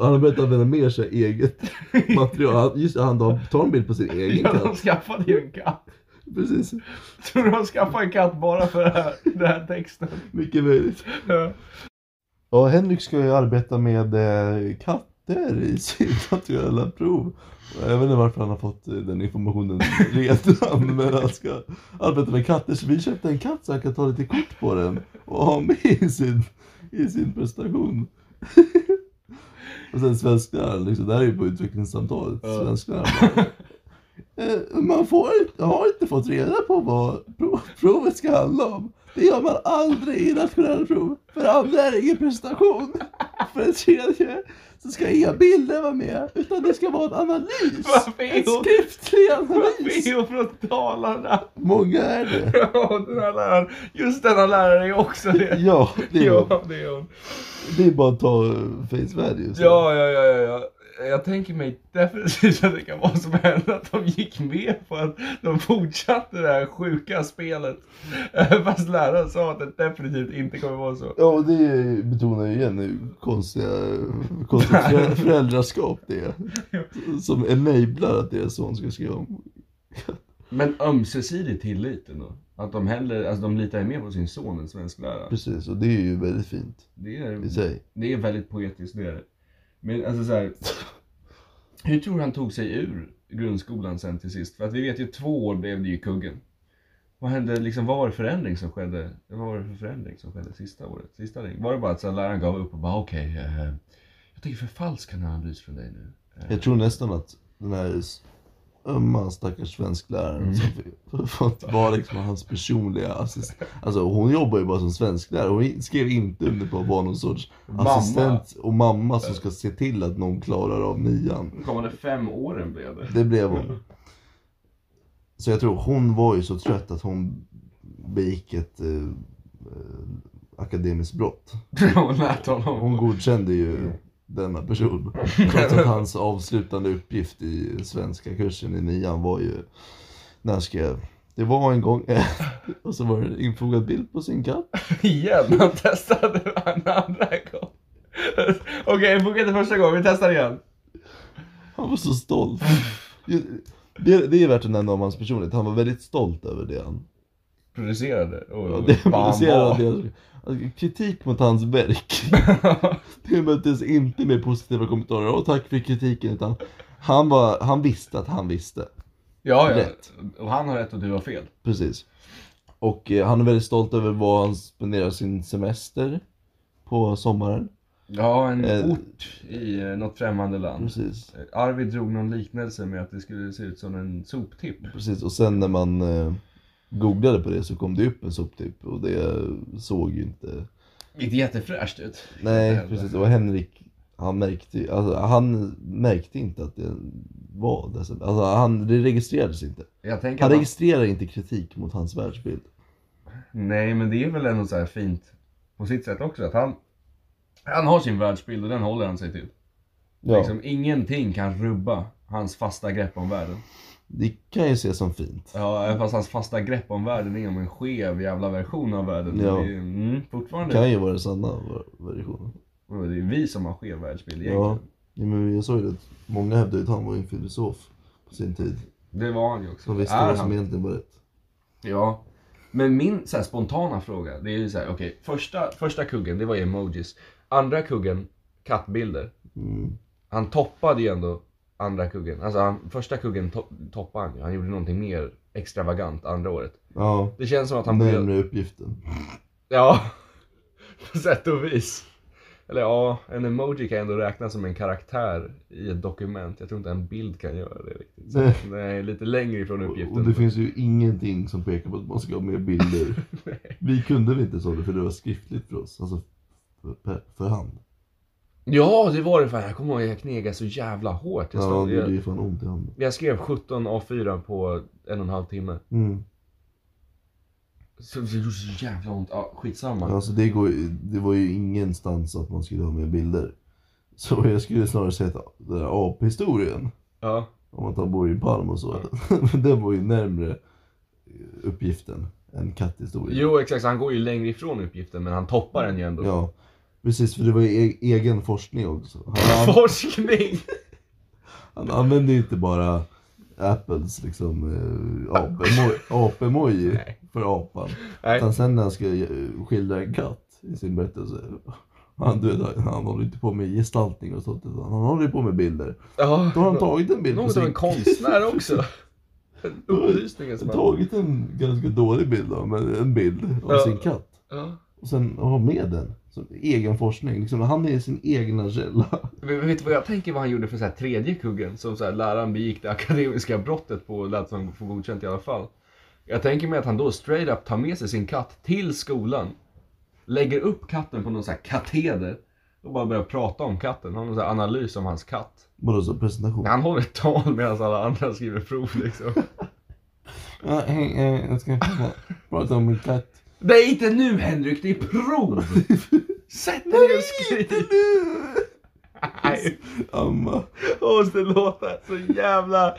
[SPEAKER 2] Han har börjat använda mer så här eget material. Han- Just det, han tar- tar en bild på sin egen
[SPEAKER 1] Ja, de
[SPEAKER 2] katt.
[SPEAKER 1] skaffade ju en katt.
[SPEAKER 2] Precis,
[SPEAKER 1] Tror du de skaffade en katt bara för den här, den här texten?
[SPEAKER 2] mycket möjligt.
[SPEAKER 1] Ja.
[SPEAKER 2] Ja, Henrik ska ju arbeta med eh, katter i sitt nationella prov. Jag vet inte varför han har fått eh, den informationen redan, men han ska arbeta med katter. Så vi köpte en katt så han kan ta lite kort på den och ha med i sin, i sin prestation. och sen svenskläraren, liksom, det här är ju på utvecklingssamtalet.
[SPEAKER 1] Ja.
[SPEAKER 2] Svenskläraren bara, "Eh, Man får, inte- har inte fått reda på vad pro- provet ska handla om. Det gör man aldrig i nationella prov. För andra är det ingen prestation. För det tredje så ska inga bilder vara med, utan det ska vara en analys.
[SPEAKER 1] Varför är
[SPEAKER 2] En
[SPEAKER 1] hon-
[SPEAKER 2] skriftlig
[SPEAKER 1] Varför
[SPEAKER 2] analys.
[SPEAKER 1] är hon från Dalarna?
[SPEAKER 2] Många är det.
[SPEAKER 1] Ja, den här läraren. Just denna lärare är också det.
[SPEAKER 2] Ja, det är,
[SPEAKER 1] Ja, det är hon.
[SPEAKER 2] det är bara att ta eh, face value. så.
[SPEAKER 1] Ja, ja, ja, ja, ja. Jag tänker mig definitivt att det kan vara som hände att de gick med på att de fortsatte det här sjuka spelet. Fast läraren sa att det definitivt inte kommer vara så.
[SPEAKER 2] Ja, och det betonar ju igen hur konstiga, eh, konstiga förä- föräldraskap det är. Som enablar att deras son ska skriva om.
[SPEAKER 1] Men ömsesidig tillit ändå. Att de hellre, alltså de litar ju mer på sin son än svenskläraren.
[SPEAKER 2] Precis, och det är ju väldigt fint
[SPEAKER 1] Det
[SPEAKER 2] i
[SPEAKER 1] är,
[SPEAKER 2] sig.
[SPEAKER 1] det är väldigt poetiskt, det är det. Men alltså så här, Hur tror du han tog sig ur grundskolan sen till sist? För att vi vet ju två år blev det ju kuggen. Vad hände liksom, vad var det förändring som skedde? Vad var det för förändring som skedde sista året? Sista ring? Var det bara att så här, läraren gav upp och bara okej, eh, jag tänker förfalska en analys från dig nu.
[SPEAKER 2] Jag tror nästan att den här s- ömma stackars svenskläraren som fick- fått vara liksom hans personliga assistent. Alltså hon jobbar ju bara som svensklärare. Hon i- skrev inte under på att vara någon sorts
[SPEAKER 1] Mamma.
[SPEAKER 2] assistent och mamma som ska se till att någon klarar av nian.
[SPEAKER 1] De kommande fem åren blev det.
[SPEAKER 2] Det blev hon. Så jag tror hon var ju så trött att hon begick ett eh, eh, akademiskt brott.
[SPEAKER 1] Hon lät honom.
[SPEAKER 2] Hon godkände ju denna person. Trots att hans avslutande uppgift i svenska kursen i nian var ju när han skrev Det var en gång och så var det en infogad bild på sin katt.
[SPEAKER 1] igen, han testade en andra gång. Okej, det funkar inte första gången, vi testar igen.
[SPEAKER 2] Han var så stolt. Det, det är värt att nämna om hans personlighet. Han var väldigt stolt över det han
[SPEAKER 1] Producerade. Och,
[SPEAKER 2] Ja, det
[SPEAKER 1] fan
[SPEAKER 2] provocerar
[SPEAKER 1] vad-
[SPEAKER 2] det. Alltså, kritik mot hans verk. det möttes inte med positiva kommentarer och tack för kritiken utan han, var, han visste att han visste.
[SPEAKER 1] Ja, ja.
[SPEAKER 2] Rätt.
[SPEAKER 1] Och han har rätt och du har fel.
[SPEAKER 2] Precis. Och eh, han är väldigt stolt över vad han spenderar sin semester på sommaren.
[SPEAKER 1] Ja, en
[SPEAKER 2] Eh.
[SPEAKER 1] ort i eh, något främmande land.
[SPEAKER 2] Precis.
[SPEAKER 1] Eh, Arvid drog någon liknelse med att det skulle se ut som en soptipp.
[SPEAKER 2] Precis. Och sen när man eh, googlade på det så kom det upp en soptipp och det såg ju inte
[SPEAKER 1] Gick det jättefräscht ut?
[SPEAKER 2] Nej,
[SPEAKER 1] Jävlar.
[SPEAKER 2] precis. Och Henrik, han märkte, ju- alltså, han märkte inte att det var det. Alltså, han, det registrerades inte.
[SPEAKER 1] Jag tänker
[SPEAKER 2] Han
[SPEAKER 1] att man...
[SPEAKER 2] registrerar inte kritik mot hans världsbild.
[SPEAKER 1] Nej, men det är väl ändå så här fint på sitt sätt också att han, han har sin världsbild och den håller han sig till.
[SPEAKER 2] Ja.
[SPEAKER 1] Liksom, ingenting kan rubba hans fasta grepp om världen.
[SPEAKER 2] Det kan ju ses som fint.
[SPEAKER 1] Ja, även fast hans fasta grepp om världen är om en skev jävla version av världen.
[SPEAKER 2] Ja.
[SPEAKER 1] Det är, mm,
[SPEAKER 2] Det
[SPEAKER 1] fortfarande.
[SPEAKER 2] kan ju vara den sanna ver- versionen.
[SPEAKER 1] Och Det är vi som har skev världsbild egentligen.
[SPEAKER 2] Ja. ja, men jag såg ju det. att Många hävdade att han var en filosof på sin tid.
[SPEAKER 1] Det var han ju också.
[SPEAKER 2] Som visste
[SPEAKER 1] Är han?
[SPEAKER 2] vad som egentligen var rätt.
[SPEAKER 1] Ja. Men min så här, spontana fråga, det är ju så här, okej, första, första kuggen, det var emojis. Andra kuggen, kattbilder.
[SPEAKER 2] Mm.
[SPEAKER 1] Han toppade ju ändå andra kuggen. Alltså han, första kuggen to toppade han ju. Han gjorde någonting mer extravagant andra året.
[SPEAKER 2] Ja,
[SPEAKER 1] Det känns som att han började...
[SPEAKER 2] närmare uppgiften.
[SPEAKER 1] Ja, på sätt och vis. Eller ja, en emoji kan ändå räknas som en karaktär i ett dokument. Jag tror inte en bild kan göra det riktigt. Så,
[SPEAKER 2] Nej.
[SPEAKER 1] nej, lite längre ifrån uppgiften.
[SPEAKER 2] Och det finns ju ingenting som pekar på att man ska ha mer bilder. vi kunde väl inte så det för det var skriftligt för oss. Alltså för, för, för hand.
[SPEAKER 1] Ja, det var det fan. Jag kommer ihåg att jag knegade så jävla hårt. Jag,
[SPEAKER 2] Ja,
[SPEAKER 1] stod,
[SPEAKER 2] det gjorde
[SPEAKER 1] jag,
[SPEAKER 2] ju fan ont i handen.
[SPEAKER 1] jag skrev 17 A4 på en och en halv timme.
[SPEAKER 2] Mm.
[SPEAKER 1] Så det gjorde så jävla ont. Ja, skitsamma.
[SPEAKER 2] Alltså det, går, ju- det var ju ingenstans att man skulle ha mer bilder. Så jag skulle snarare säga att den där aphistorien,
[SPEAKER 1] Ja.
[SPEAKER 2] om man tar Borg Palm och så, den var ju närmre eh, uppgiften än katthistorien.
[SPEAKER 1] Jo, exakt. så Han går ju längre ifrån uppgiften, men han toppar den ju ändå.
[SPEAKER 2] Ja, precis för det var ju e- egen forskning också. Han,
[SPEAKER 1] Forskning!
[SPEAKER 2] Han använde ju inte bara Apples liksom eh, apemo- apemoji för apan.
[SPEAKER 1] Nej.
[SPEAKER 2] Utan sen när han ska eh, skildra en katt i sin berättelse. Han, du vet, han håller inte på med gestaltning och sånt utan han håller ju på med bilder.
[SPEAKER 1] Ja.
[SPEAKER 2] Då har han tagit en bild på
[SPEAKER 1] Något av en
[SPEAKER 2] sin
[SPEAKER 1] konstnär också. En Upplysningens man.
[SPEAKER 2] Tagit en ganska dålig bild då, men en bild av
[SPEAKER 1] Ja.
[SPEAKER 2] sin katt.
[SPEAKER 1] Ja.
[SPEAKER 2] Och sen ha med den. Som egen forskning. Liksom, han är sin egna källa.
[SPEAKER 1] Men men vet du vad jag tänker vad han gjorde för så här tredje kuggen? Som så här, läraren begick det akademiska brottet på och lät som få godkänt i alla fall. Jag tänker mig att han då straight up tar med sig sin katt till skolan. Lägger upp katten på någon så här kateder. Och bara börjar prata om katten. Har någon så här analys om hans katt.
[SPEAKER 2] Vadå så presentation?
[SPEAKER 1] Han håller ett tal medan alla andra skriver prov liksom.
[SPEAKER 2] Ja, hej, eh, jag ska prata om min katt.
[SPEAKER 1] Nej inte nu Henrik, det är prov! Sätt dig ner och skriv! Nej.
[SPEAKER 2] Amma.
[SPEAKER 1] Åh, det låter så jävla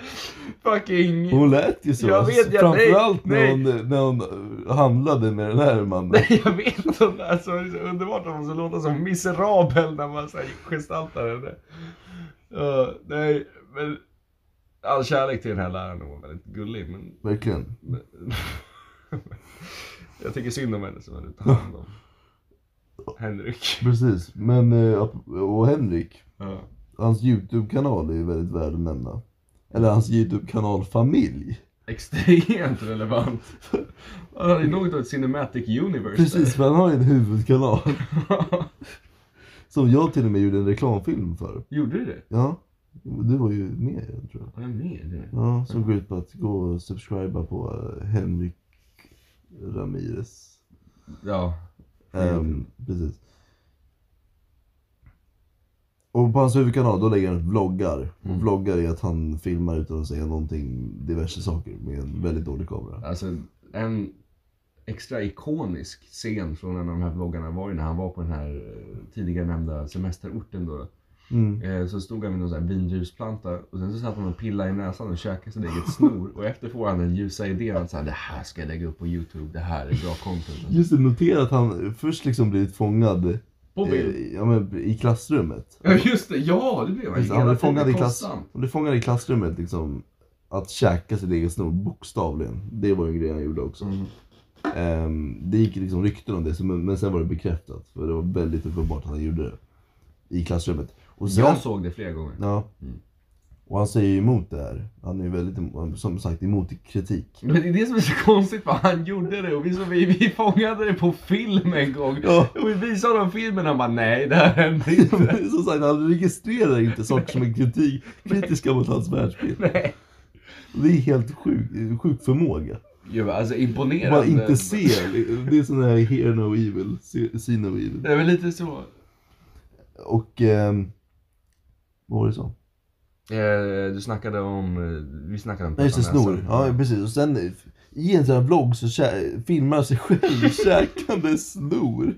[SPEAKER 1] fucking...
[SPEAKER 2] Hon lät ju så.
[SPEAKER 1] Jag vet, jag-
[SPEAKER 2] Framförallt
[SPEAKER 1] nej,
[SPEAKER 2] när, hon, när hon handlade med den här mannen.
[SPEAKER 1] Nej, jag vet att hon är så, det är så underbart att hon så låter så miserabel när man så här gestaltar henne. Ja, nej, men all kärlek till den här läraren, hon var väldigt gullig. Men,
[SPEAKER 2] Verkligen.
[SPEAKER 1] men, jag tycker synd om henne som hade tagit hand om Henrik.
[SPEAKER 2] Precis. Men, eh, ap- och Henrik.
[SPEAKER 1] Ja.
[SPEAKER 2] Hans YouTube-kanal är ju väldigt värd att nämna. Eller hans YouTube-kanal Familj.
[SPEAKER 1] Extremt relevant. Han hade ju något av ett cinematic universe
[SPEAKER 2] Precis, för han har ju en huvudkanal. Som jag till och med gjorde en reklamfilm för.
[SPEAKER 1] Där. Gjorde du det?
[SPEAKER 2] Ja. Du var ju med i den tror jag.
[SPEAKER 1] Var jag med i det?
[SPEAKER 2] Ja, som går ut på att gå och subscriba på eh, Henrik Ramirez.
[SPEAKER 1] Ja.
[SPEAKER 2] Ehm, precis. Och på hans huvudkanal då lägger han upp vloggar.
[SPEAKER 1] Mm.
[SPEAKER 2] Och vloggar är att han filmar utan att säga någonting, diverse saker med en väldigt dålig kamera.
[SPEAKER 1] Alltså en extra ikonisk scen från en av de här vloggarna var ju när han var på den här eh, tidigare nämnda semesterorten då.
[SPEAKER 2] Mm.
[SPEAKER 1] Eh, så stod han vid någon sån här vindrusplanta och sen så satt han och pillade i näsan och käkade sitt eget snor. Och efter får han den ljusa idén att så här, det här ska jag lägga upp på YouTube, det här är bra content.
[SPEAKER 2] Just det, notera att han först liksom blivit fångad
[SPEAKER 1] På bild!
[SPEAKER 2] eh, ja, men, i klassrummet.
[SPEAKER 1] Eh, Ja just det, ja det blev han
[SPEAKER 2] Just, han blev fångad i, klass,
[SPEAKER 1] konstant.
[SPEAKER 2] han blev fångad i klassrummet liksom. Att käka sitt eget snor, bokstavligen. Det var ju en grej han gjorde också.
[SPEAKER 1] Mm.
[SPEAKER 2] Ehm, det gick liksom rykten om det, så- men, men sen var det bekräftat. För det var väldigt uppenbart att han gjorde det. I klassrummet. Och sen,
[SPEAKER 1] Jag såg det flera gånger.
[SPEAKER 2] ja,
[SPEAKER 1] Mm.
[SPEAKER 2] och han säger ju emot det här. Han är ju väldigt, em- som sagt, emot kritik.
[SPEAKER 1] Men det är det som är så konstigt för han gjorde det och vi, så, vi, vi fångade det på film en gång.
[SPEAKER 2] Ja,
[SPEAKER 1] Och vi visade honom filmen och han bara nej det här hände inte.
[SPEAKER 2] men som sagt, han registrerar inte saker som är kritik, kritiska mot hans världsbild.
[SPEAKER 1] Nej.
[SPEAKER 2] Det är helt sjuk, sjuk förmåga.
[SPEAKER 1] Jo, alltså imponerande.
[SPEAKER 2] Bara inte se. Det är sån här hear no evil, see, see no evil.
[SPEAKER 1] Det är väl lite så.
[SPEAKER 2] Och... ehm, vad var det så?
[SPEAKER 1] Eh, du snackade om, eh, vi snackade om
[SPEAKER 2] Nej just det,
[SPEAKER 1] Petra
[SPEAKER 2] snor.
[SPEAKER 1] Nessa.
[SPEAKER 2] Ja precis. Och sen eh, i en sån här vlogg så kä- filmar han sig själv käkande snor.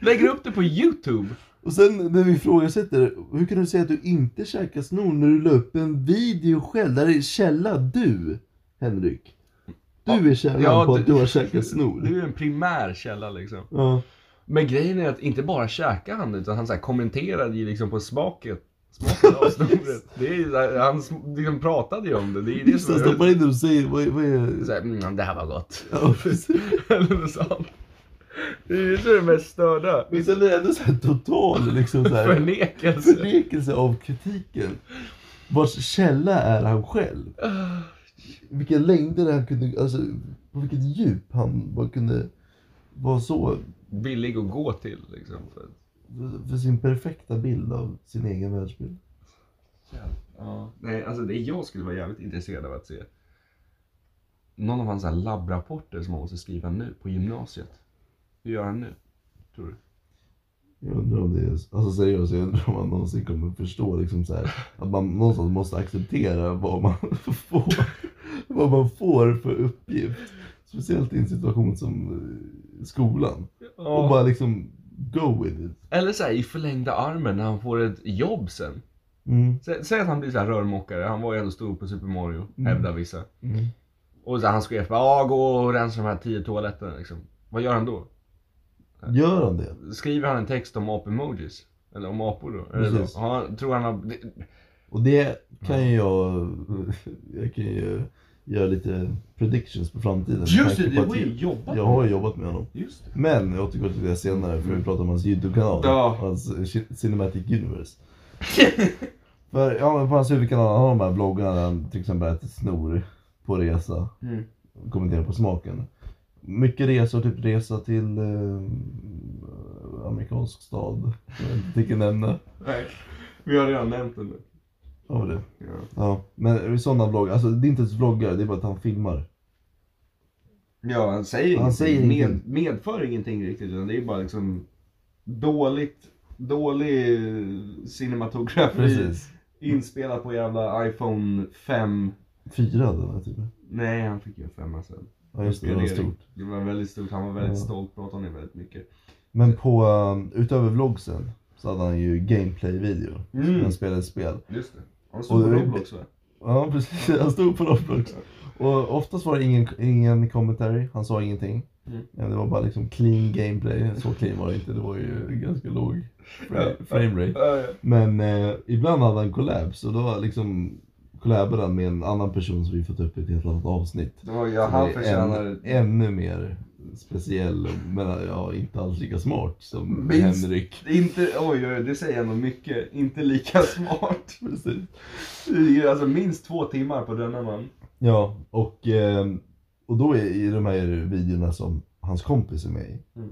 [SPEAKER 1] Lägger upp det på youtube!
[SPEAKER 2] Och sen när vi ifrågasätter, hur kan du säga att du inte käkar snor när du la upp en video själv? Där är källa du, Henrik. Du är källan
[SPEAKER 1] Ja,
[SPEAKER 2] på
[SPEAKER 1] du-
[SPEAKER 2] att du har käkat snor.
[SPEAKER 1] Det är en primär källa liksom.
[SPEAKER 2] Ja.
[SPEAKER 1] Men grejen är att inte bara käkade han utan han så här kommenterade ju liksom på smaket. Smaken av snoret. Det är ju så här, han sm- liksom pratade ju om det. Det är ju det
[SPEAKER 2] Just det,
[SPEAKER 1] som är
[SPEAKER 2] stoppar in det och säger vad, är- vad
[SPEAKER 1] så
[SPEAKER 2] är...
[SPEAKER 1] här, mm, det här var gott.
[SPEAKER 2] Ja, precis.
[SPEAKER 1] Eller något sånt. Det är ju det mest störda.
[SPEAKER 2] Men sen är det ändå så här total liksom så här,
[SPEAKER 1] Förnekelse.
[SPEAKER 2] förnekelse av kritiken. Vars källa är han själv. vilka längder han kunde, alltså på vilket djup han bara kunde vara så
[SPEAKER 1] Billig att gå till liksom. För att-
[SPEAKER 2] för- för sin perfekta bild av sin egen världsbild.
[SPEAKER 1] Ja. Nej, alltså det jag skulle vara jävligt intresserad av att se. Någon av hans så här labbrapporter som han måste skriva nu på gymnasiet. Hur gör han nu? Tror du?
[SPEAKER 2] Jag undrar om det är, alltså seriöst, jag undrar om man någonsin kommer förstå liksom så här, att man någonstans måste acceptera vad man får, vad man får för uppgift. Speciellt i en situation som eh, skolan. Och bara liksom go with it.
[SPEAKER 1] Eller så här i förlängda armen när han får ett jobb sen.
[SPEAKER 2] Mm.
[SPEAKER 1] Sä- Säg att han blir så här rörmokare, han var ju ändå stor på Super Mario,
[SPEAKER 2] Mm.
[SPEAKER 1] hävdar vissa.
[SPEAKER 2] Mm.
[SPEAKER 1] Och så här, hans chef bara "Ja, gå och rensa de här tio toaletterna liksom. Vad gör han då?
[SPEAKER 2] Gör han det?
[SPEAKER 1] Skriver han en text om ap-emojis? Eller om apor då? Eller
[SPEAKER 2] Precis.
[SPEAKER 1] så? Har han, tror han har... det-
[SPEAKER 2] Och det kan ju jag, jag kan ju göra lite predictions på framtiden. med
[SPEAKER 1] Just det,
[SPEAKER 2] tanke
[SPEAKER 1] det
[SPEAKER 2] på
[SPEAKER 1] var
[SPEAKER 2] att
[SPEAKER 1] ju jobbat
[SPEAKER 2] Jag har ju jobbat med honom.
[SPEAKER 1] Just det.
[SPEAKER 2] Men jag återgår till det senare för vi pratar om hans YouTube-kanal.
[SPEAKER 1] Ja.
[SPEAKER 2] Hans eh, Cin- Cinematic Universe. för, ja, men på hans huvudkanal, han har de här vloggarna där han till exempel äter snor på resa.
[SPEAKER 1] Mm.
[SPEAKER 2] Kommenterar på smaken. Mycket resor, typ resa till eh, amerikansk stad. som Jag inte tänker nämna.
[SPEAKER 1] Nej, vi har redan nämnt den nu.
[SPEAKER 2] Ja, men det.
[SPEAKER 1] Ja.
[SPEAKER 2] Ja, men sådana vloggar. Alltså det är inte ens vloggar, det är bara att han filmar.
[SPEAKER 1] Ja, han säger,
[SPEAKER 2] Han
[SPEAKER 1] ingenting.
[SPEAKER 2] säger
[SPEAKER 1] Med,
[SPEAKER 2] ingenting.
[SPEAKER 1] medför ingenting riktigt utan det är bara liksom dåligt, dålig eh, cinematografi inspelat på jävla iPhone 5.
[SPEAKER 2] Fyra den här typen.
[SPEAKER 1] Nej, han fick ju en femma sen.
[SPEAKER 2] typ? Ja just det, det var
[SPEAKER 1] Gradering.
[SPEAKER 2] stort.
[SPEAKER 1] Det var väldigt stort, han var väldigt
[SPEAKER 2] Ja.
[SPEAKER 1] stolt, pratade om det väldigt mycket.
[SPEAKER 2] Men på, um, utöver vloggsen så hade han ju gameplay-video.
[SPEAKER 1] Mm.
[SPEAKER 2] Mm. Han spelade ett spel.
[SPEAKER 1] Just det. Han stod på
[SPEAKER 2] Och det-
[SPEAKER 1] Roblox va?
[SPEAKER 2] Ja precis, han stod på Roblox. Och oftast var det ingen, ingen commentary, han sa ingenting.
[SPEAKER 1] Mm.
[SPEAKER 2] Ja, det var bara liksom clean gameplay, så clean var det inte, det var ju ganska låg fra- framerate. Men eh, ibland hade han collabs och då var liksom collabade han med en annan person som vi fått upp i ett helt annat avsnitt.
[SPEAKER 1] Det var, ja,
[SPEAKER 2] Som
[SPEAKER 1] han
[SPEAKER 2] är
[SPEAKER 1] förtjänar...
[SPEAKER 2] än, ännu mer speciell, men ja, inte alls lika smart som
[SPEAKER 1] Minst.
[SPEAKER 2] Henrik.
[SPEAKER 1] Inte, oj, oj, det säger ändå mycket. Inte lika smart.
[SPEAKER 2] Precis.
[SPEAKER 1] Det är Alltså minst två timmar på denna man.
[SPEAKER 2] Ja, och, ehm, och då är i de här videorna som hans kompis är med i.
[SPEAKER 1] Mm.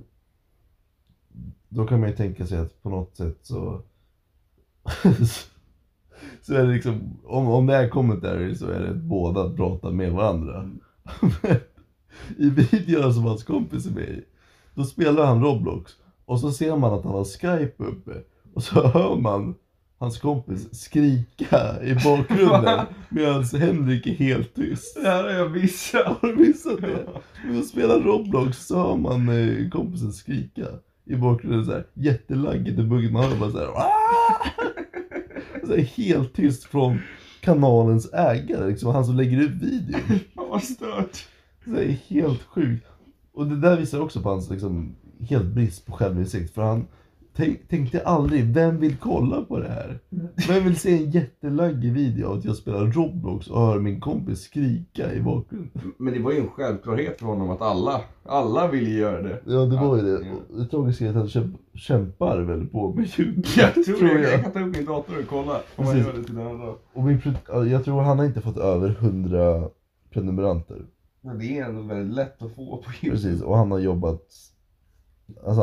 [SPEAKER 2] Då kan man ju tänka sig att på något sätt så... så är det liksom, om, om det är commentary så är det att båda pratar med varandra. Men I videorna som hans kompis är med i, då spelar han Roblox. Och så ser man att han har Skype uppe. Och så hör man hans kompis skrika i bakgrunden. Medan Henrik är helt tyst.
[SPEAKER 1] Det här har jag missat.
[SPEAKER 2] Har du missat det? Men att spela Roblox så hör man eh, kompisen skrika i bakgrunden så här jättelaggigt i buggen. Man hör bara så här. "Aah!" Så här, helt tyst från kanalens ägare, liksom, han som lägger ut videon.
[SPEAKER 1] Fan vad stört.
[SPEAKER 2] Det är helt sjukt. Och det där visar också på hans liksom, helt brist på självinsikt. För han tänk, tänkte aldrig, vem vill kolla på det här? Vem vill se en jättelaggig video av att jag spelar Roblox och hör min kompis skrika i bakgrunden?
[SPEAKER 1] Men det var ju en självklarhet för honom att alla, alla ville göra det.
[SPEAKER 2] Ja, det var ju det. Och Det tragiska är att han kämp, kämpar väl på med YouTube.
[SPEAKER 1] Jag tror
[SPEAKER 2] Tror
[SPEAKER 1] jag.
[SPEAKER 2] jag.
[SPEAKER 1] jag kan ta upp min dator och kolla om man
[SPEAKER 2] Precis.
[SPEAKER 1] gör det till denna dag.
[SPEAKER 2] Och min, pre- ja, jag tror han har inte fått över 100 prenumeranter.
[SPEAKER 1] Men det är ändå väldigt lätt att få på YouTube.
[SPEAKER 2] Precis, och han har jobbat... Alltså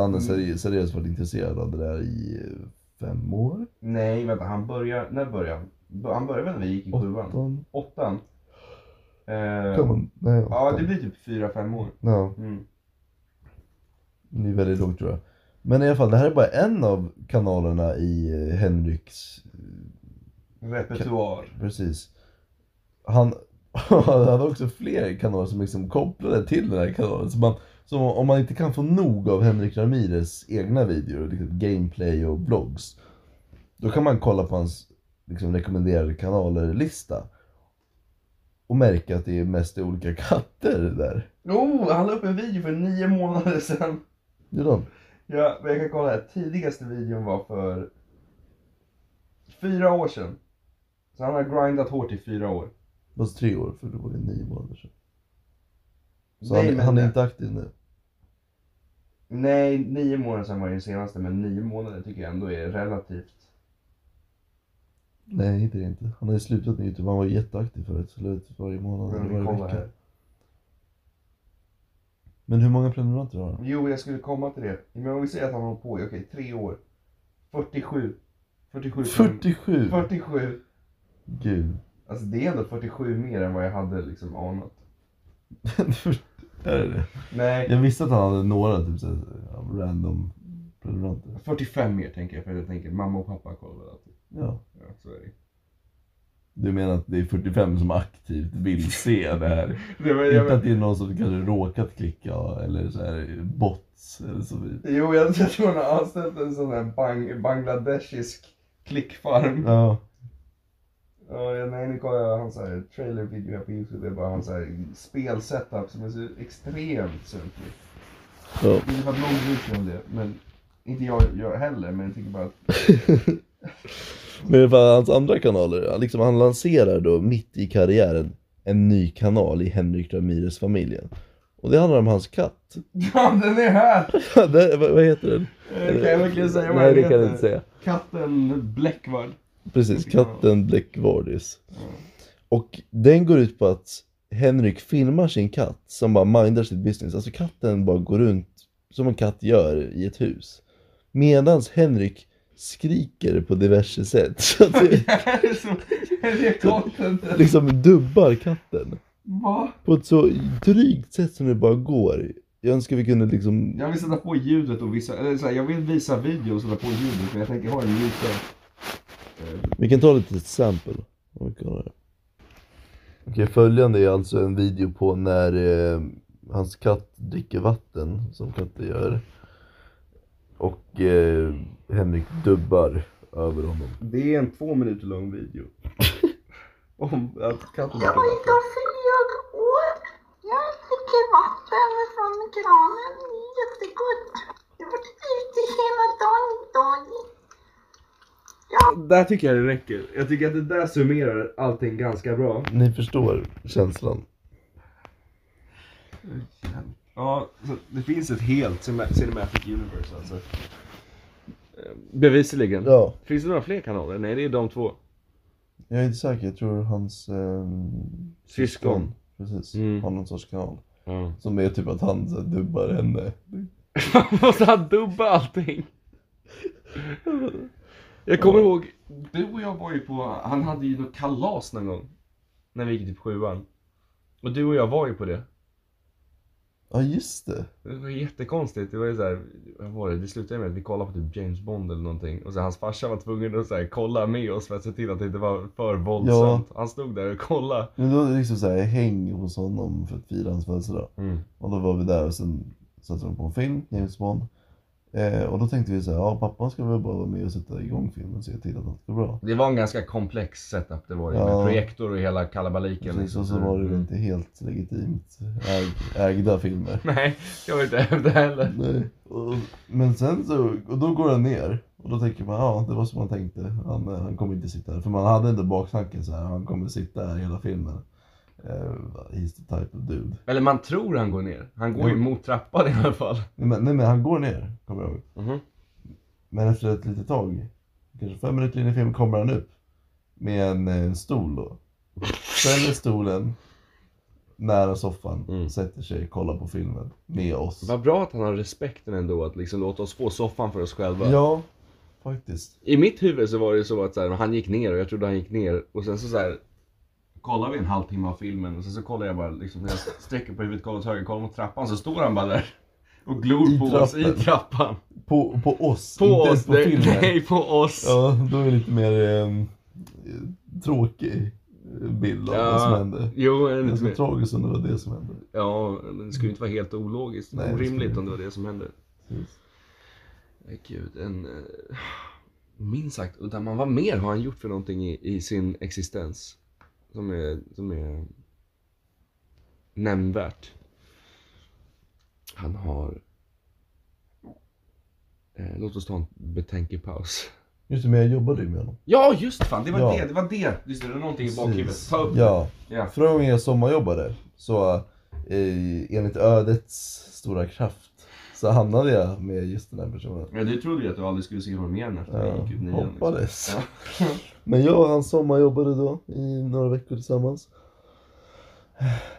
[SPEAKER 1] Mm.
[SPEAKER 2] han har seri- seriöst varit intresserad av det där i eh, fem år?
[SPEAKER 1] Nej, vänta, han börjar, när började han? B- Han började väl när vi gick i sjuan?
[SPEAKER 2] Åttan?
[SPEAKER 1] Åttan? Eh,
[SPEAKER 2] Femman? Nej,
[SPEAKER 1] ja,
[SPEAKER 2] åttan.
[SPEAKER 1] det blir typ fyra, fem år.
[SPEAKER 2] Ja,
[SPEAKER 1] Mm.
[SPEAKER 2] det är väldigt lågt tror jag. Men i alla fall, det här är bara en av kanalerna i eh, Henriks...
[SPEAKER 1] Repertoar.
[SPEAKER 2] Precis. Han, han hade också fler kanaler som liksom kopplade till den här kanalen. Så, man, så om man inte kan få nog av Henrik Ramirez egna videor, liksom gameplay och vlogs. Då kan man kolla på hans liksom, rekommenderade kanaler-lista. Och märka att det är mest olika katter där.
[SPEAKER 1] Oh, han la upp en video för nio månader sedan.
[SPEAKER 2] Det är de.
[SPEAKER 1] Ja, men jag kan kolla här. Tidigaste videon var för fyra år sedan. Så han har grindat hårt i fyra år.
[SPEAKER 2] Fast tre år, för det var ju nio månader sedan. Så
[SPEAKER 1] Nej,
[SPEAKER 2] han,
[SPEAKER 1] men
[SPEAKER 2] han är
[SPEAKER 1] det-
[SPEAKER 2] inte aktiv nu.
[SPEAKER 1] Nej, nio månader sedan var ju den senaste, men nio månader tycker jag ändå är relativt.
[SPEAKER 2] Nej, inte det inte. Han har ju slutat med Youtube. Han var ju jätteaktiv förut. Så la ut varje månad
[SPEAKER 1] Men vi
[SPEAKER 2] eller varje
[SPEAKER 1] kollar
[SPEAKER 2] vecka.
[SPEAKER 1] här.
[SPEAKER 2] Men hur många prenumeranter har han?
[SPEAKER 1] Jo, jag skulle komma till det. Men om vi säger att han har hållit på i, okej, tre år. 47. 47.
[SPEAKER 2] 47!
[SPEAKER 1] 47.
[SPEAKER 2] Gud.
[SPEAKER 1] Alltså det är ändå 47 mer än vad jag hade liksom anat.
[SPEAKER 2] Där är det.
[SPEAKER 1] Nej,
[SPEAKER 2] Jag visste att han hade några typ såhär, ja, random prenumeranter.
[SPEAKER 1] 45 mer tänker jag, för jag tänker mamma och pappa kollar alltid.
[SPEAKER 2] Ja.
[SPEAKER 1] Ja, så är det.
[SPEAKER 2] Du menar att det är 45 som aktivt vill se det här?
[SPEAKER 1] det var, jag,
[SPEAKER 2] Inte att det är någon som kanske råkat klicka eller så här bots eller så vidare.
[SPEAKER 1] Jo, jag jag tror han har anställt en sån här bang, bangladeshisk klickfarm.
[SPEAKER 2] Ja.
[SPEAKER 1] Ja, jag- nej, nu kollar jag hans här trailer-video här på Youtube. Det är bara hans här spelsetup som är så extremt sunkig.
[SPEAKER 2] Ja.
[SPEAKER 1] Inte för att någon bryr sig om det, men inte jag, jag heller. Men jag tycker bara att
[SPEAKER 2] Men i alla fall hans andra kanaler, han liksom han lanserar då mitt i karriären en ny kanal i Henrik Ramirez familjen. Och det handlar om hans katt.
[SPEAKER 1] ja, den är här!
[SPEAKER 2] Där- vad, vad heter den?
[SPEAKER 1] Eh, Kan jag verkligen säga vad
[SPEAKER 2] Nej
[SPEAKER 1] den
[SPEAKER 2] det kan jag
[SPEAKER 1] heter?
[SPEAKER 2] inte säga.
[SPEAKER 1] Katten Bläckvard.
[SPEAKER 2] Precis, katten Blackvardis. Och den går ut på att Henrik filmar sin katt som bara mindar sitt business. Alltså katten bara går runt som en katt gör i ett hus. Medans Henrik skriker på diverse sätt. Så att det
[SPEAKER 1] Det här är så... Det här är contentet.
[SPEAKER 2] liksom dubbar katten.
[SPEAKER 1] Va?
[SPEAKER 2] på ett så drygt sätt som det bara går. Jag önskar vi kunde liksom...
[SPEAKER 1] Jag vill sätta på ljudet och visa... Eller så här, jag vill visa videon och sätta på ljudet, men jag tänker ha en liten... Eh,
[SPEAKER 2] Vi kan ta lite exempel. Om vi kollar här. Okej, följande är alltså en video på när eh, hans katt dricker vatten, som katter gör. Och eh, Henrik dubbar över honom.
[SPEAKER 1] Det är en två minuter lång video. Om att katten...
[SPEAKER 6] Jag var inte fyra år. Jag dricker vatten från kranen. Det är jättegott. Jag har varit ute hela dagen idag.
[SPEAKER 1] Där tycker jag det räcker. Jag tycker att det där summerar allting ganska bra.
[SPEAKER 2] Ni förstår känslan.
[SPEAKER 1] Ja, så det finns ett helt cine- Cinematic Universe alltså. Eh, Bevisligen.
[SPEAKER 2] Ja,
[SPEAKER 1] Finns det några fler kanaler? Nej, det är de två.
[SPEAKER 2] jag är inte säker. Jag tror hans... Eh,
[SPEAKER 1] Syskon.
[SPEAKER 2] Precis,
[SPEAKER 1] Mm.
[SPEAKER 2] har någon sorts kanal. Som är typ att han så här, dubbar henne.
[SPEAKER 1] Måste han dubba allting? Jag kommer ihåg, du och jag var ju på, han hade ju något kalas någon gång. När vi gick typ sjuan. Och du och jag var ju på det.
[SPEAKER 2] Ja just det.
[SPEAKER 1] Det var jättekonstigt. Det var ju så här, vad var det? Det slutade med att vi kollade på typ James Bond eller någonting. Och så hans farsa var tvungen att så här, kolla med oss för att se till att det inte var för våldsamt. Han stod där och kollade.
[SPEAKER 2] Men då var det liksom så här häng hos honom för att fira hans födelsedag.
[SPEAKER 1] Mm.
[SPEAKER 2] Och då var vi där och sen satte de på en film, James Bond. Eh, och då tänkte vi så här, ja pappan ska väl bara vara med och sätta igång filmen och se till att allt går bra.
[SPEAKER 1] Det var en ganska komplex setup det var ju,
[SPEAKER 2] Ja.
[SPEAKER 1] med projektor och hela kalabaliken.
[SPEAKER 2] Precis, och så var det ju
[SPEAKER 1] Mm.
[SPEAKER 2] inte helt legitimt äg, ägda filmer.
[SPEAKER 1] Nej, jag vill inte hävda heller.
[SPEAKER 2] Nej. Och, men sen så, och då går han ner. Och då tänker man, ja det var som man tänkte. Han, eh, han kommer inte sitta här. För man hade inte baktanken så här, han kommer sitta här hela filmen. Uh, he's the type of dude.
[SPEAKER 1] Eller man tror han går ner. Han går ju
[SPEAKER 2] Mm.
[SPEAKER 1] mot trappan i alla fall.
[SPEAKER 2] Nej men, nej, men han går ner, kommer jag ihåg.
[SPEAKER 1] Mhm.
[SPEAKER 2] Men efter ett litet tag, kanske fem minuter in i filmen, kommer han upp. Med en eh, stol då. Ställer stolen nära soffan,
[SPEAKER 1] Mm.
[SPEAKER 2] sätter sig och kollar på filmen med oss.
[SPEAKER 1] Vad bra att han har respekten ändå att liksom låta oss få soffan för oss själva.
[SPEAKER 2] Ja, faktiskt.
[SPEAKER 1] I mitt huvud så var det så att så här, han gick ner och jag trodde han gick ner och sen så, så här, kollar vi en halvtimme av filmen och sen så kollar jag bara liksom, när jag sträcker på huvudet, kollar åt höger, kollar mot trappan så står han bara där och glor
[SPEAKER 2] I
[SPEAKER 1] på oss i
[SPEAKER 2] trappen.
[SPEAKER 1] trappan.
[SPEAKER 2] På, på oss,
[SPEAKER 1] På
[SPEAKER 2] inte ens
[SPEAKER 1] oss,
[SPEAKER 2] på
[SPEAKER 1] nej,
[SPEAKER 2] filmen.
[SPEAKER 1] nej på oss.
[SPEAKER 2] Ja, då är det lite mer ehm, eh, tråkig eh, bild av
[SPEAKER 1] Ja.
[SPEAKER 2] vad som hände.
[SPEAKER 1] Jo, en lite
[SPEAKER 2] Ganska
[SPEAKER 1] mer-
[SPEAKER 2] tragiskt om det var det som hände.
[SPEAKER 1] ja, men det skulle ju inte vara helt ologiskt,
[SPEAKER 2] Nej, det
[SPEAKER 1] orimligt
[SPEAKER 2] skulle-
[SPEAKER 1] om det var det som hände.
[SPEAKER 2] Precis.
[SPEAKER 1] Nej, Gud, en... eh, Minst sagt, utan man, vad mer har han gjort för någonting i, i sin existens? Som är, som är nämnvärt. Han har... Eh, låt oss ta en betänkepaus.
[SPEAKER 2] Just det, men jag jobbade ju med honom.
[SPEAKER 1] Ja, just fan! Det var
[SPEAKER 2] Ja.
[SPEAKER 1] det, det var det! Just det, det var någonting i bakhuvudet.
[SPEAKER 2] Precis.
[SPEAKER 1] Ta upp
[SPEAKER 2] Ja.
[SPEAKER 1] Ja.
[SPEAKER 2] Förra gången jag sommarjobbade, så eh, enligt ödets stora kraft, så hamnade jag med just den här personen.
[SPEAKER 7] Men du trodde ju att du aldrig skulle se honom igen efter
[SPEAKER 2] Ja,
[SPEAKER 7] ja, gick ut nian. liksom.
[SPEAKER 2] hoppades. Men jag och han sommarjobbade då i några veckor tillsammans.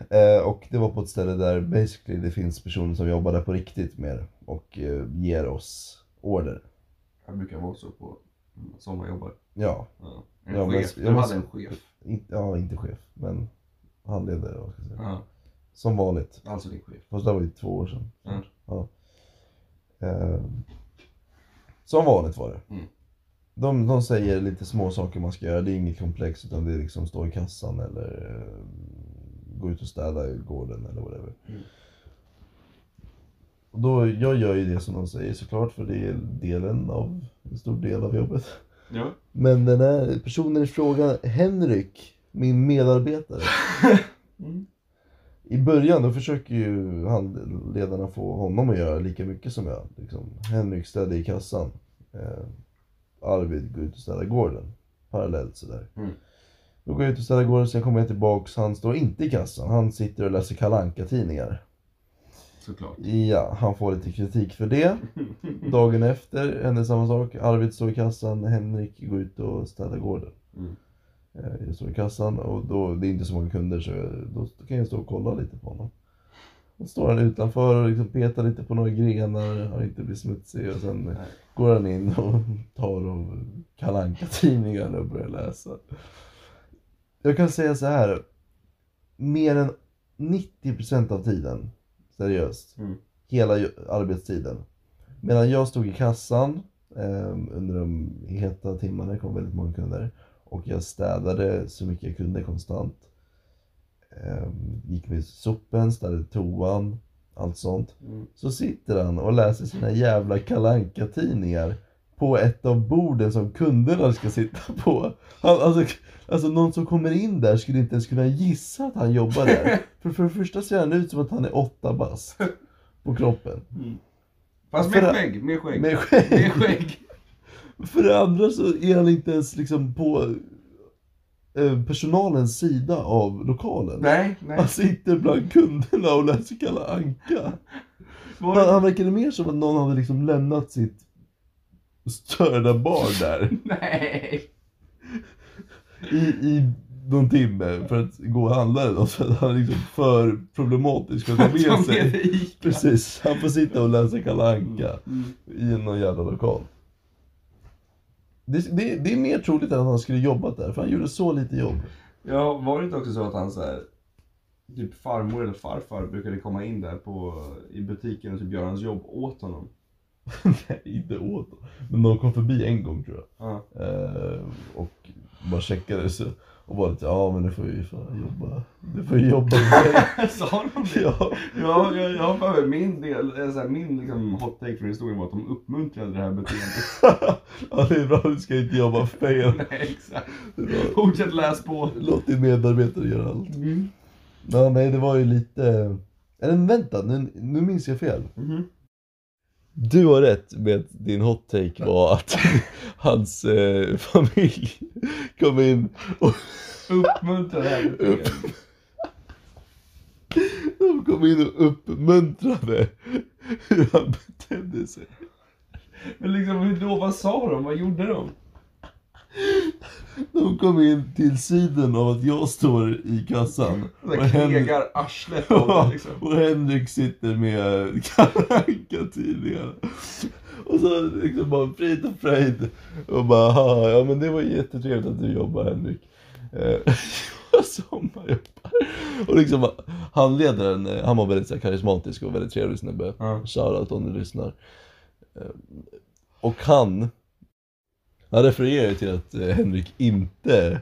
[SPEAKER 2] Eh, och det var på ett ställe där basically det finns personer som jobbar där på riktigt med det och eh, ger oss order.
[SPEAKER 7] Jag brukar vara så på mm, sommarjobbar.
[SPEAKER 2] Ja,
[SPEAKER 7] Ja. En
[SPEAKER 2] Ja, men
[SPEAKER 7] chef.
[SPEAKER 2] jag
[SPEAKER 7] Du
[SPEAKER 2] måste-
[SPEAKER 7] hade en chef.
[SPEAKER 2] in, ja inte chef, men handledare. vad ska jag säga.
[SPEAKER 7] Ja,
[SPEAKER 2] Som vanligt.
[SPEAKER 7] alltså din chef.
[SPEAKER 2] Fast det här var ju två år sedan.
[SPEAKER 7] Mm.
[SPEAKER 2] Ja. Eh, som vanligt var det.
[SPEAKER 7] Mm.
[SPEAKER 2] De, de säger lite små saker man ska göra. Det är inget komplext utan det är liksom stå i kassan eller eh, gå ut och städa i gården eller whatever.
[SPEAKER 7] Mm.
[SPEAKER 2] Och då, jag gör ju det som de säger såklart för det är delen av, en stor del av jobbet.
[SPEAKER 7] Ja.
[SPEAKER 2] Men den här personen i fråga, Henrik, min medarbetare.
[SPEAKER 7] Mm.
[SPEAKER 2] I början då försöker ju han, ledarna få honom att göra lika mycket som jag. Liksom, Henrik städar i kassan. Eh, Arvid går ut och städar gården. Parallellt sådär.
[SPEAKER 7] Mm.
[SPEAKER 2] Då går jag ut och städar gården, sen kommer jag tillbaks. Han står inte i kassan. Han sitter och läser kalanka tidningar
[SPEAKER 7] Såklart.
[SPEAKER 2] Ja, han får lite kritik för det. Dagen efter händer samma sak. Arvid står i kassan, Henrik går ut och städar gården.
[SPEAKER 7] Mm.
[SPEAKER 2] Eh, Jag står i kassan och då, det är inte så många kunder så jag, då kan jag stå och kolla lite på honom. Då står han utanför och liksom petar lite på några grenar, han inte blir smutsig och sen
[SPEAKER 7] Nej.
[SPEAKER 2] går han in och tar av kalanka tidningarna och börjar läsa. Jag kan säga så här, mer än 90% av tiden, seriöst,
[SPEAKER 7] Mm.
[SPEAKER 2] hela ju- arbetstiden, medan jag stod i kassan eh, under de heta timmarna, det kom väldigt många kunder, och jag städade så mycket jag kunde konstant. Eh, gick med sopen, städade toan, allt sånt.
[SPEAKER 7] Mm.
[SPEAKER 2] Så sitter han och läser sina jävla kalanka tidningar på ett av borden som kunderna ska sitta på. Han, alltså, alltså någon som kommer in där skulle inte ens kunna gissa att han jobbar där. För, för det första ser han ut som att han är åtta bast på kroppen.
[SPEAKER 7] Fast
[SPEAKER 2] För
[SPEAKER 7] med
[SPEAKER 2] att-
[SPEAKER 7] skägg, med skägg.
[SPEAKER 2] Med skägg.
[SPEAKER 7] Med skägg.
[SPEAKER 2] För det andra så är han inte ens liksom på eh, personalens sida av lokalen.
[SPEAKER 7] Nej, nej.
[SPEAKER 2] Han sitter bland kunderna och läser Kalle Anka.
[SPEAKER 7] Var
[SPEAKER 2] Han,
[SPEAKER 7] det...
[SPEAKER 2] han verkade mer som att någon hade liksom lämnat sitt störda barn där
[SPEAKER 7] Nej.
[SPEAKER 2] i, i någon timme för att gå och handla eller något. Så att han är liksom för problematisk för att ta med
[SPEAKER 7] Ta med
[SPEAKER 2] sig.
[SPEAKER 7] dig Ica.
[SPEAKER 2] Precis, han får sitta och läsa Kalle Anka
[SPEAKER 7] Mm.
[SPEAKER 2] i någon jävla lokal. Det, det, det är mer troligt än att han skulle jobbat där, för han gjorde så lite jobb.
[SPEAKER 7] Ja, var det inte också så att han så här, typ farmor eller farfar brukade komma in där på, i butiken och typ göra hans jobb åt honom?
[SPEAKER 2] Nej, inte åt Men de kom förbi en gång tror jag.
[SPEAKER 7] Ja.
[SPEAKER 2] Eh, och bara checkade. Så. Och bara lite, ja men du får ju fan jobba. Du får ju jobba med mig.
[SPEAKER 5] Sa de det?
[SPEAKER 2] ja.
[SPEAKER 5] Ja, jag, jag har för mig min del, eh, så här, min liksom hot take från historien var att de uppmuntrade det här beteendet.
[SPEAKER 2] ja, det är bra. Du ska inte jobba för mig.
[SPEAKER 5] Nej, exakt. Fortsätt läs på.
[SPEAKER 2] Låt din medarbetare göra allt.
[SPEAKER 7] Mm.
[SPEAKER 2] Ja, nej, det var ju lite... Eller men vänta, nu, nu minns jag fel.
[SPEAKER 5] Mhm.
[SPEAKER 2] Du har rätt med att din hot take var att hans eh, familj kom in och
[SPEAKER 5] Uppmuntra det här beteendet.
[SPEAKER 2] de kom in och uppmuntrade hur han betedde sig.
[SPEAKER 5] Men liksom hur då, vad sa de? Vad gjorde de?
[SPEAKER 2] De kom in till sidan av att jag står i kassan
[SPEAKER 5] Så här
[SPEAKER 2] och, Hen-
[SPEAKER 5] Knegar arslet av det liksom.
[SPEAKER 2] och Henrik sitter med Kalle tidningarna Och så liksom bara frid och fröjd. Och bara, "Ha, ja men det var jättetrevligt att du jobbar Henrik. Eh, Jag sommarjobbar. Och liksom handledaren, eh, han var väldigt så här, karismatisk och väldigt trevlig snubbe.
[SPEAKER 5] Ja.
[SPEAKER 2] Shoutout om du lyssnar. Eh, Och han, han refererar ju till att eh, Henrik inte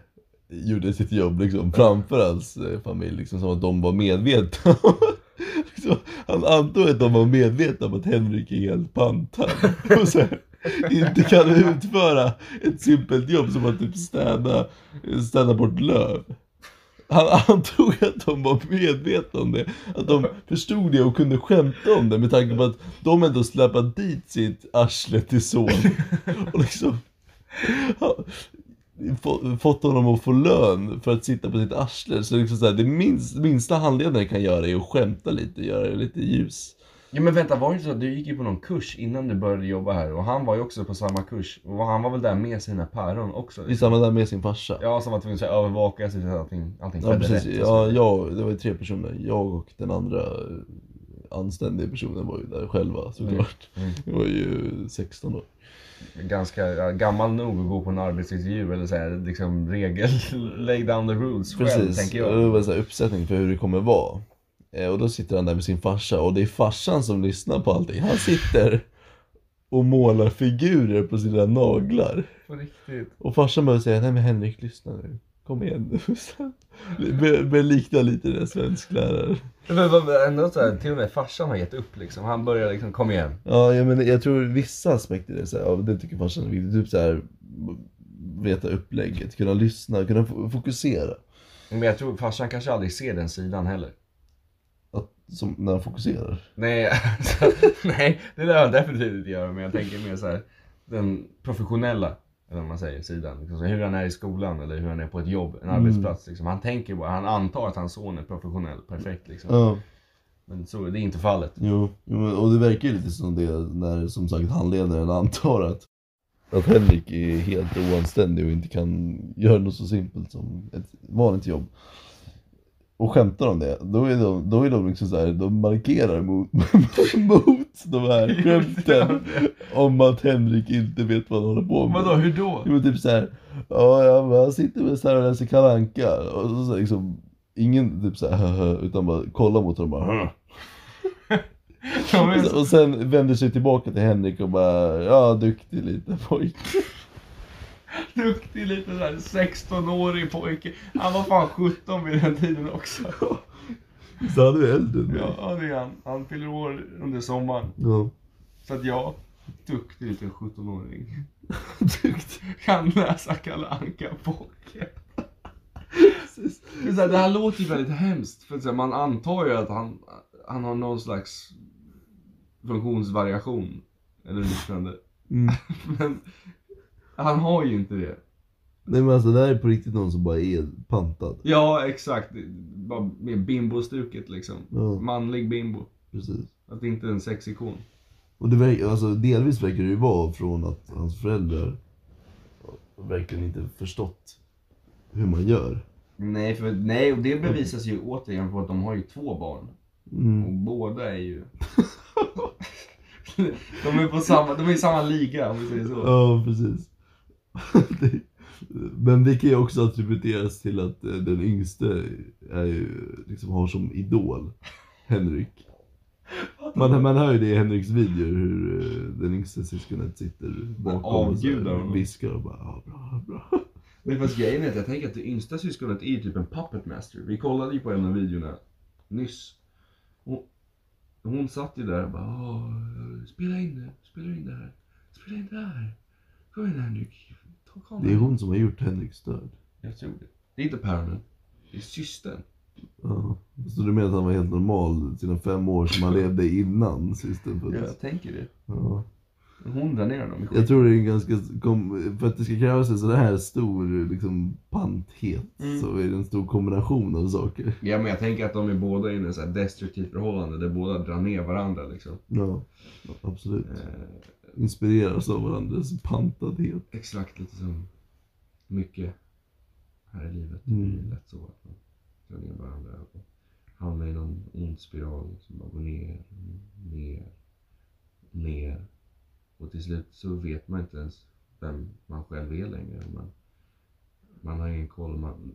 [SPEAKER 2] gjorde sitt jobb liksom, framför hans eh, familj, liksom, som att de var medvetna. liksom, han antog att de var medvetna om att Henrik är helt pantad. Och så här, inte kan utföra ett simpelt jobb som att typ städa, städa bort löv. Han antog att de var medvetna om det, att de förstod det och kunde skämta om det med tanke på att de ändå släpat dit sitt arsle till son. Och liksom, ha- få- fått honom att få lön för att sitta på sitt arsle. Så liksom så här, det minst, minsta handledaren kan göra är att skämta lite, göra det lite ljus.
[SPEAKER 1] Ja men vänta, var det inte så att du gick ju på någon kurs innan du började jobba här? Och han var ju också på samma kurs. Och han var väl där med sina päron också?
[SPEAKER 2] I samma där med sin farsa.
[SPEAKER 1] Ja, som var tvungen att så här övervaka sig så att allting, allting
[SPEAKER 2] Ja
[SPEAKER 1] skedde
[SPEAKER 2] precis,
[SPEAKER 1] rätt. alltså.
[SPEAKER 2] ja, jag, det var ju tre personer. Jag och den andra eh, anständiga personen var ju där själva såklart.
[SPEAKER 1] Mm.
[SPEAKER 2] Jag var ju 16 år.
[SPEAKER 1] Alltså, Ganska ja, gammal nog att gå på en arbetsintervju eller så här, liksom regel, lay down the rules själv
[SPEAKER 2] Precis,
[SPEAKER 1] tänker
[SPEAKER 2] och
[SPEAKER 1] jag.
[SPEAKER 2] det var en sån här uppsättning för hur det kommer vara. Eh, Och då sitter han där med sin farsa och det är farsan som lyssnar på allting. Han sitter och målar figurer på sina naglar.
[SPEAKER 1] På riktigt.
[SPEAKER 2] Och farsan börjar säga, nej men Henrik lyssna nu, kom igen nu. Så- Bör- Börjar likna lite den svenskläraren.
[SPEAKER 1] Men vad- vad- ändå så här, till och med farsan har gett upp liksom. Han börjar liksom, kom igen.
[SPEAKER 2] Ja, jag, men, jag tror vissa aspekter är så här, ja, det tycker farsan är viktigt. Typ så här, veta upplägget, kunna lyssna, kunna fo- fokusera.
[SPEAKER 1] Men jag tror farsan kanske aldrig ser den sidan heller.
[SPEAKER 2] Att, som, när han fokuserar.
[SPEAKER 1] Nej, alltså, nej det lär han definitivt inte göra. Men jag tänker mer så här, den professionella eller vad man säger, sidan. Liksom, så hur han är i skolan eller hur han är på ett jobb, en arbetsplats. Liksom. Han tänker bara, han antar att hans son är professionell, perfekt liksom.
[SPEAKER 2] Ja,
[SPEAKER 1] Men så, det är inte fallet.
[SPEAKER 2] jo. jo men, och det verkar ju lite som det när som sagt handledaren antar att, att Henrik är helt oanständig och inte kan göra något så simpelt som ett vanligt jobb. Och skämtar om det, då är de, då är de liksom så här, de markerar mot, mot de här skämten. Om att Henrik inte vet vad han håller på med.
[SPEAKER 5] Vadå, hur då?
[SPEAKER 2] Jo men typ såhär, ja ja, men han sitter med såhär och läser Kalle Anka. Och så, så här liksom, ingen typ såhär utan bara kollar mot honom och bara "Hö".
[SPEAKER 5] Ja, men,
[SPEAKER 2] och, och sen vänder sig tillbaka till Henrik och bara, ja duktig liten pojk.
[SPEAKER 5] duktig liten såhär 16-årig pojke. Han var fan 17 vid den tiden också.
[SPEAKER 2] Så han är äldre än mig.
[SPEAKER 5] Ja, det är han. Han fyller år under sommaren.
[SPEAKER 2] Ja.
[SPEAKER 5] Så att jag, duktig liten 17-åring,
[SPEAKER 2] Duktig.
[SPEAKER 5] kan läsa Kalle Anka Pojke. Men så här, det här låter ju väldigt hemskt. För att så här, man antar ju att han, han har någon slags funktionsvariation. Eller liknande.
[SPEAKER 2] Mm.
[SPEAKER 5] Men han har ju inte det.
[SPEAKER 2] Nej men alltså det här är på riktigt någon som bara är pantad.
[SPEAKER 5] Ja, exakt. Bara med bimbo-stuket liksom.
[SPEAKER 2] Ja,
[SPEAKER 5] Manlig bimbo.
[SPEAKER 2] precis.
[SPEAKER 5] Att det inte är en sexikon.
[SPEAKER 2] Och det verkar, alltså delvis verkar det ju vara från att hans föräldrar verkligen inte förstått hur man gör.
[SPEAKER 5] Nej, för, nej, och det bevisas ju återigen på att de har ju två barn. Och
[SPEAKER 2] Mm.
[SPEAKER 5] båda är ju... de är på samma, de är i samma liga om vi säger så.
[SPEAKER 2] Ja, precis. Det- Men det kan ju också attribueras till att eh, den yngste är ju, liksom, har som idol Henrik. Man, man hör ju det i Henriks videor hur eh, den yngste syskonet sitter bakom och så här
[SPEAKER 5] Avgudar honom.
[SPEAKER 2] viskar och bara ja, bra, bra.
[SPEAKER 1] Men fast grejen är att jag tänker att det yngsta syskonet är ju typ en puppet master. Vi kollade ju på en av videorna nyss. Hon, hon satt ju där och bara "Åh, spela in det, spela in det här, spela in det här. Kom igen Henrik, ta kameran.
[SPEAKER 2] Det är hon som har gjort Henrik störd.
[SPEAKER 1] Jag tror det. Det är inte päronen, det är systern.
[SPEAKER 2] Ja. Så du menar att han var helt normal sina fem år som han levde innan systern föddes?
[SPEAKER 1] Jag tänker det.
[SPEAKER 2] Ja.
[SPEAKER 1] Hon drar ner honom i skit.
[SPEAKER 2] Jag tror det är en ganska, kom- för att det ska krävas en sån här stor liksom, panthet
[SPEAKER 1] Mm.
[SPEAKER 2] så är det en stor kombination av saker.
[SPEAKER 1] Ja men jag tänker att de är båda inne i ett så här destruktivt förhållande där båda drar ner varandra liksom.
[SPEAKER 2] Ja, absolut.
[SPEAKER 1] Eh,
[SPEAKER 2] Inspireras av varandras pantadhet.
[SPEAKER 1] exakt lite som mycket här i livet. Det är
[SPEAKER 2] Mm.
[SPEAKER 1] lätt så att man drar ner varandra och hamnar i någon ond spiral. Liksom bara går ner, ner, ner. Och till slut så vet man inte ens vem man själv är längre. Man, man har ingen koll. Man,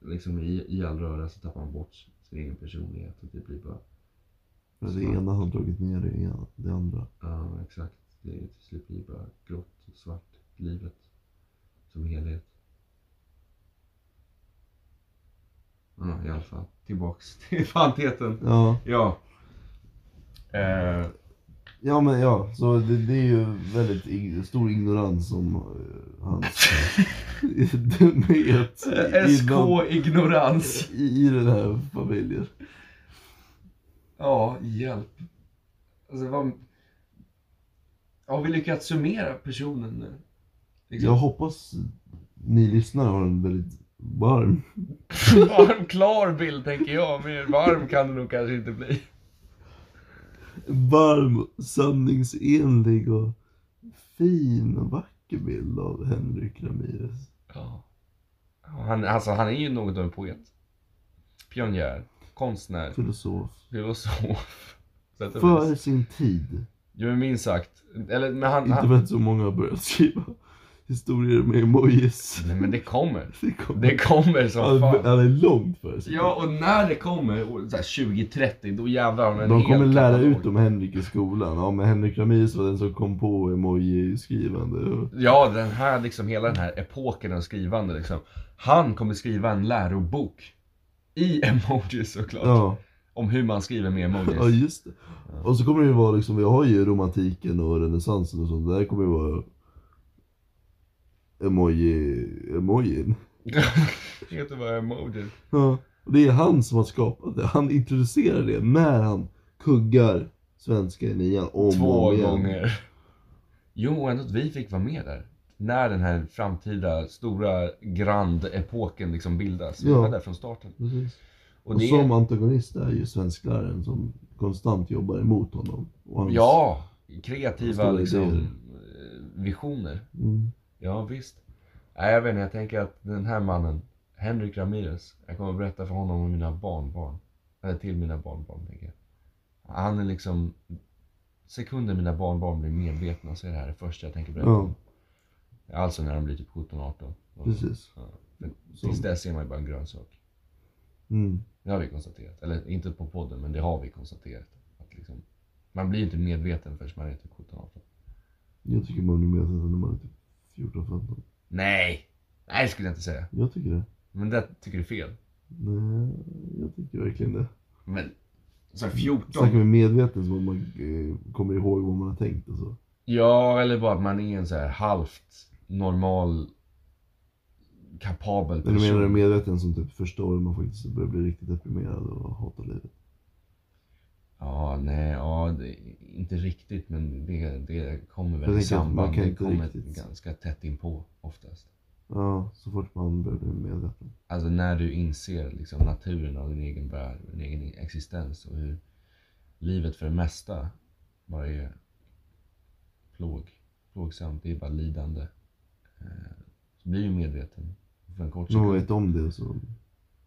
[SPEAKER 1] liksom i, I all röra så tappar man bort sin egen personlighet. Och det blir bara,
[SPEAKER 2] För det ena har dragit ner det, ena, det andra.
[SPEAKER 1] ja exakt. Det, till slut blir bara grått och svart. Livet som helhet. Ja, i alla fall. Tillbaks till fantheten.
[SPEAKER 2] Ja,
[SPEAKER 1] Ja. Eh,
[SPEAKER 2] ja men ja, så det, det är ju väldigt ig- stor ignorans om eh, hans eh, dumhet i- inom-
[SPEAKER 1] Ignorans.
[SPEAKER 2] i, i den här familjen.
[SPEAKER 1] Ja, hjälp. Alltså vad... Har vi lyckats summera personen nu? Liksom,
[SPEAKER 2] Jag hoppas ni lyssnare har en väldigt varm
[SPEAKER 1] Varm, klar bild tänker jag. Mer varm kan det nog kanske inte bli.
[SPEAKER 2] varm, sanningsenlig och fin och vacker bild av Henrik Ramirez.
[SPEAKER 1] Ja. Ja, Han, alltså, han är ju något av en poet. Pionjär. Konstnär.
[SPEAKER 2] Filosof.
[SPEAKER 1] Filosof. Så att det blir-
[SPEAKER 2] För sin tid.
[SPEAKER 1] Jo men minst sagt. Eller men han...
[SPEAKER 2] Inte
[SPEAKER 1] han...
[SPEAKER 2] för att så många har börjat skriva historier med emojis.
[SPEAKER 1] Nej men det kommer.
[SPEAKER 2] Det kom.
[SPEAKER 1] Det kommer som
[SPEAKER 2] han,
[SPEAKER 1] fan.
[SPEAKER 2] han är långt före sin
[SPEAKER 1] Ja och när det kommer, och så här 2030, då jävlar har
[SPEAKER 2] tid.
[SPEAKER 1] en
[SPEAKER 2] De
[SPEAKER 1] hel
[SPEAKER 2] kommer lära
[SPEAKER 1] katalog.
[SPEAKER 2] ut om Henrik i skolan. Ja, men Henrik Ramirez var den som kom på emoji-skrivande.
[SPEAKER 1] Ja, den här liksom, hela den här epoken av skrivande liksom. Han kommer skriva en lärobok. I emojis såklart.
[SPEAKER 2] Ja.
[SPEAKER 1] Om hur man skriver med
[SPEAKER 2] Ja
[SPEAKER 1] emojis.
[SPEAKER 2] just det. Och så kommer det ju vara liksom, vi har ju romantiken och renässansen och sånt, det där kommer ju vara emoji, emojin.
[SPEAKER 1] Vet du vad emojis?
[SPEAKER 2] Ja. Och det är han som har skapat det, han introducerar det när han kuggar svenska i nian om och
[SPEAKER 1] Två
[SPEAKER 2] om igen.
[SPEAKER 1] gånger. Jo, ändå att vi fick vara med där. När den här framtida stora grand-epoken liksom bildas. Vi
[SPEAKER 2] Ja.
[SPEAKER 1] var där från starten.
[SPEAKER 2] Precis.
[SPEAKER 1] Och
[SPEAKER 2] Och
[SPEAKER 1] det
[SPEAKER 2] som antagonist är ju svenskläraren som konstant jobbar emot honom. Och hans-
[SPEAKER 1] Ja, kreativa
[SPEAKER 2] Stora
[SPEAKER 1] liksom,
[SPEAKER 2] idéer.
[SPEAKER 1] eh, visioner.
[SPEAKER 2] Mm.
[SPEAKER 1] Ja, visst. Nej, jag vet inte, jag tänker att den här mannen, Henrik Ramirez, jag kommer att berätta för honom om mina barnbarn. Eller till mina barnbarn, tänker jag. Han är liksom... Sekunden mina barnbarn blir medvetna så är det här det första jag tänker berätta
[SPEAKER 2] Ja.
[SPEAKER 1] om. Alltså när de blir typ 17-18. Och
[SPEAKER 2] Precis.
[SPEAKER 1] Tills dess är man ju bara en grönsak.
[SPEAKER 2] Mm.
[SPEAKER 1] Det har vi konstaterat. Eller inte på podden, men det har vi konstaterat. Att liksom, man blir ju inte medveten förrän man är typ 17-18.
[SPEAKER 2] Jag tycker man blir medveten när man är typ 14-15.
[SPEAKER 1] Nej! Nej, skulle jag inte säga.
[SPEAKER 2] Jag tycker det.
[SPEAKER 1] Men det tycker du är fel.
[SPEAKER 2] Nej, jag tycker verkligen det.
[SPEAKER 1] Men så här
[SPEAKER 2] Snackar
[SPEAKER 1] 14?
[SPEAKER 2] vi medveten Mm. så att man eh, kommer ihåg vad man har tänkt och så.
[SPEAKER 1] Ja, eller bara att man är en så här halvt normal kapabel
[SPEAKER 2] Eller menar du
[SPEAKER 1] person.
[SPEAKER 2] medveten som typ förstår hur man faktiskt börjar bli riktigt deprimerad och hatar livet?
[SPEAKER 1] Ja, nej, ja, det, inte riktigt men det, det kommer väl
[SPEAKER 2] Jag
[SPEAKER 1] i
[SPEAKER 2] tänker att man
[SPEAKER 1] samband.
[SPEAKER 2] kan
[SPEAKER 1] Det
[SPEAKER 2] inte
[SPEAKER 1] kommer
[SPEAKER 2] riktigt-
[SPEAKER 1] ganska tätt inpå oftast.
[SPEAKER 2] Ja, så fort man börjar bli medveten.
[SPEAKER 1] Alltså när du inser liksom naturen av din egen värld, din egen existens och hur livet för det mesta bara är plåg, plågsamt, det är bara lidande. Eh, Så blir du medveten för en kort
[SPEAKER 2] När man
[SPEAKER 1] sekund.
[SPEAKER 2] vet om det så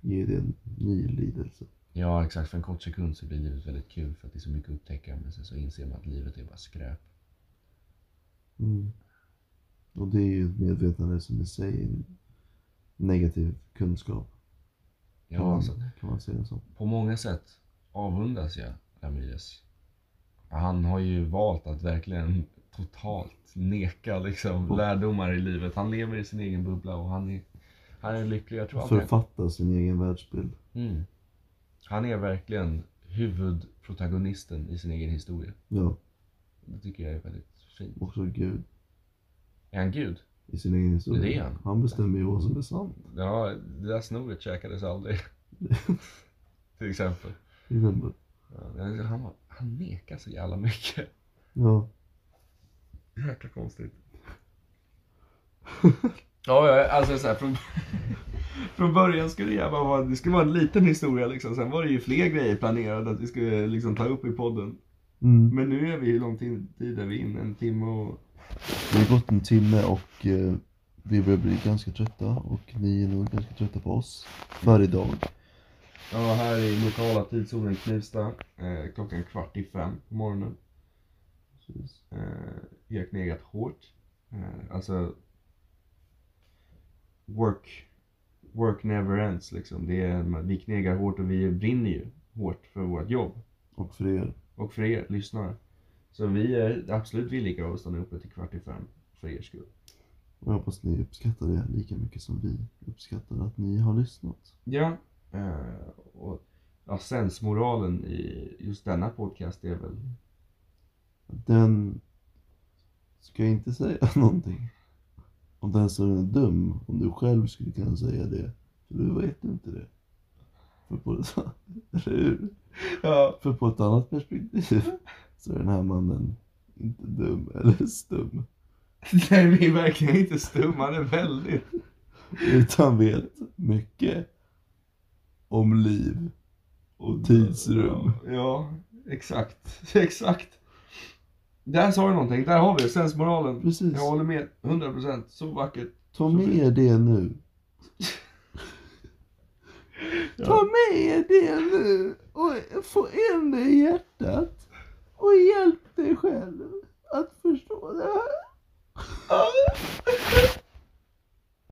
[SPEAKER 2] ger det en ny lidelse.
[SPEAKER 1] Ja exakt, för en kort sekund så blir livet väldigt kul för att det är så mycket att upptäcka men sen så inser man att livet är bara skräp.
[SPEAKER 2] Mm. Och det är ju ett medvetande som i sig är en negativ kunskap.
[SPEAKER 1] Ja,
[SPEAKER 2] Kan, man,
[SPEAKER 1] alltså,
[SPEAKER 2] kan man säga det så?
[SPEAKER 1] på många sätt avundas jag Ramirez. Han har ju valt att verkligen totalt neka liksom, lärdomar i livet. Han lever i sin egen bubbla och han är, han är lycklig. Jag tror han kan
[SPEAKER 2] Författa sin egen världsbild.
[SPEAKER 1] Mm. Han är verkligen huvudprotagonisten i sin egen historia.
[SPEAKER 2] Ja,
[SPEAKER 1] Det tycker jag är väldigt fint.
[SPEAKER 2] också Gud
[SPEAKER 1] Är han gud?
[SPEAKER 2] i sin egen historia.
[SPEAKER 1] Det är han.
[SPEAKER 2] Han bestämmer ju vad som är sant.
[SPEAKER 1] Ja, det där snoret käkades aldrig. Till exempel.
[SPEAKER 2] Till exempel.
[SPEAKER 1] Ja, men han, var, han nekar så jävla mycket.
[SPEAKER 2] Ja.
[SPEAKER 1] Jäkla konstigt. ja, ja, alltså så här, från, från början skulle jag bara vara, det skulle vara en liten historia liksom. Sen var det ju fler grejer planerade att vi skulle liksom ta upp i podden.
[SPEAKER 2] Mm.
[SPEAKER 1] Men nu är vi, hur lång tid tid är vi in? En timme och...
[SPEAKER 2] Det har gått en timme och eh, vi börjar bli ganska trötta och ni är nog ganska trötta på oss. För idag.
[SPEAKER 1] Ja, här i lokala tidszonen Knivsta. Eh, klockan kvart i fem på morgonen.
[SPEAKER 2] Precis.
[SPEAKER 1] eh, jag har knegat hårt. Eh, alltså, work, work never ends liksom. Det är, vi knegar hårt och vi brinner ju hårt för vårt jobb.
[SPEAKER 2] Och för er.
[SPEAKER 1] Och för er lyssnare. Så vi är absolut villiga att stanna uppe till kvart i fem för er skull.
[SPEAKER 2] Och jag hoppas ni uppskattar det lika mycket som vi uppskattar att ni har lyssnat.
[SPEAKER 1] Ja. Eh, och ja, sensmoralen i just denna podcast är väl...
[SPEAKER 2] Den ska jag inte säga någonting. Om den som är dum, om du själv skulle kunna säga det. För du vet inte det. För på, eller hur?
[SPEAKER 1] Ja.
[SPEAKER 2] För på ett annat perspektiv så är den här mannen inte dum eller stum.
[SPEAKER 1] Nej, vi är verkligen inte stumma. Det är väldigt...
[SPEAKER 2] Utan vet mycket om liv och tidsrum.
[SPEAKER 1] Ja, exakt. Exakt. Där sa du någonting. Där har vi det. sensmoralen.
[SPEAKER 2] Precis.
[SPEAKER 1] Jag håller med. 100%. Så vackert.
[SPEAKER 2] Ta med er det nu. Ta med er det nu och få in det i hjärtat. Och hjälp dig själv att förstå det här.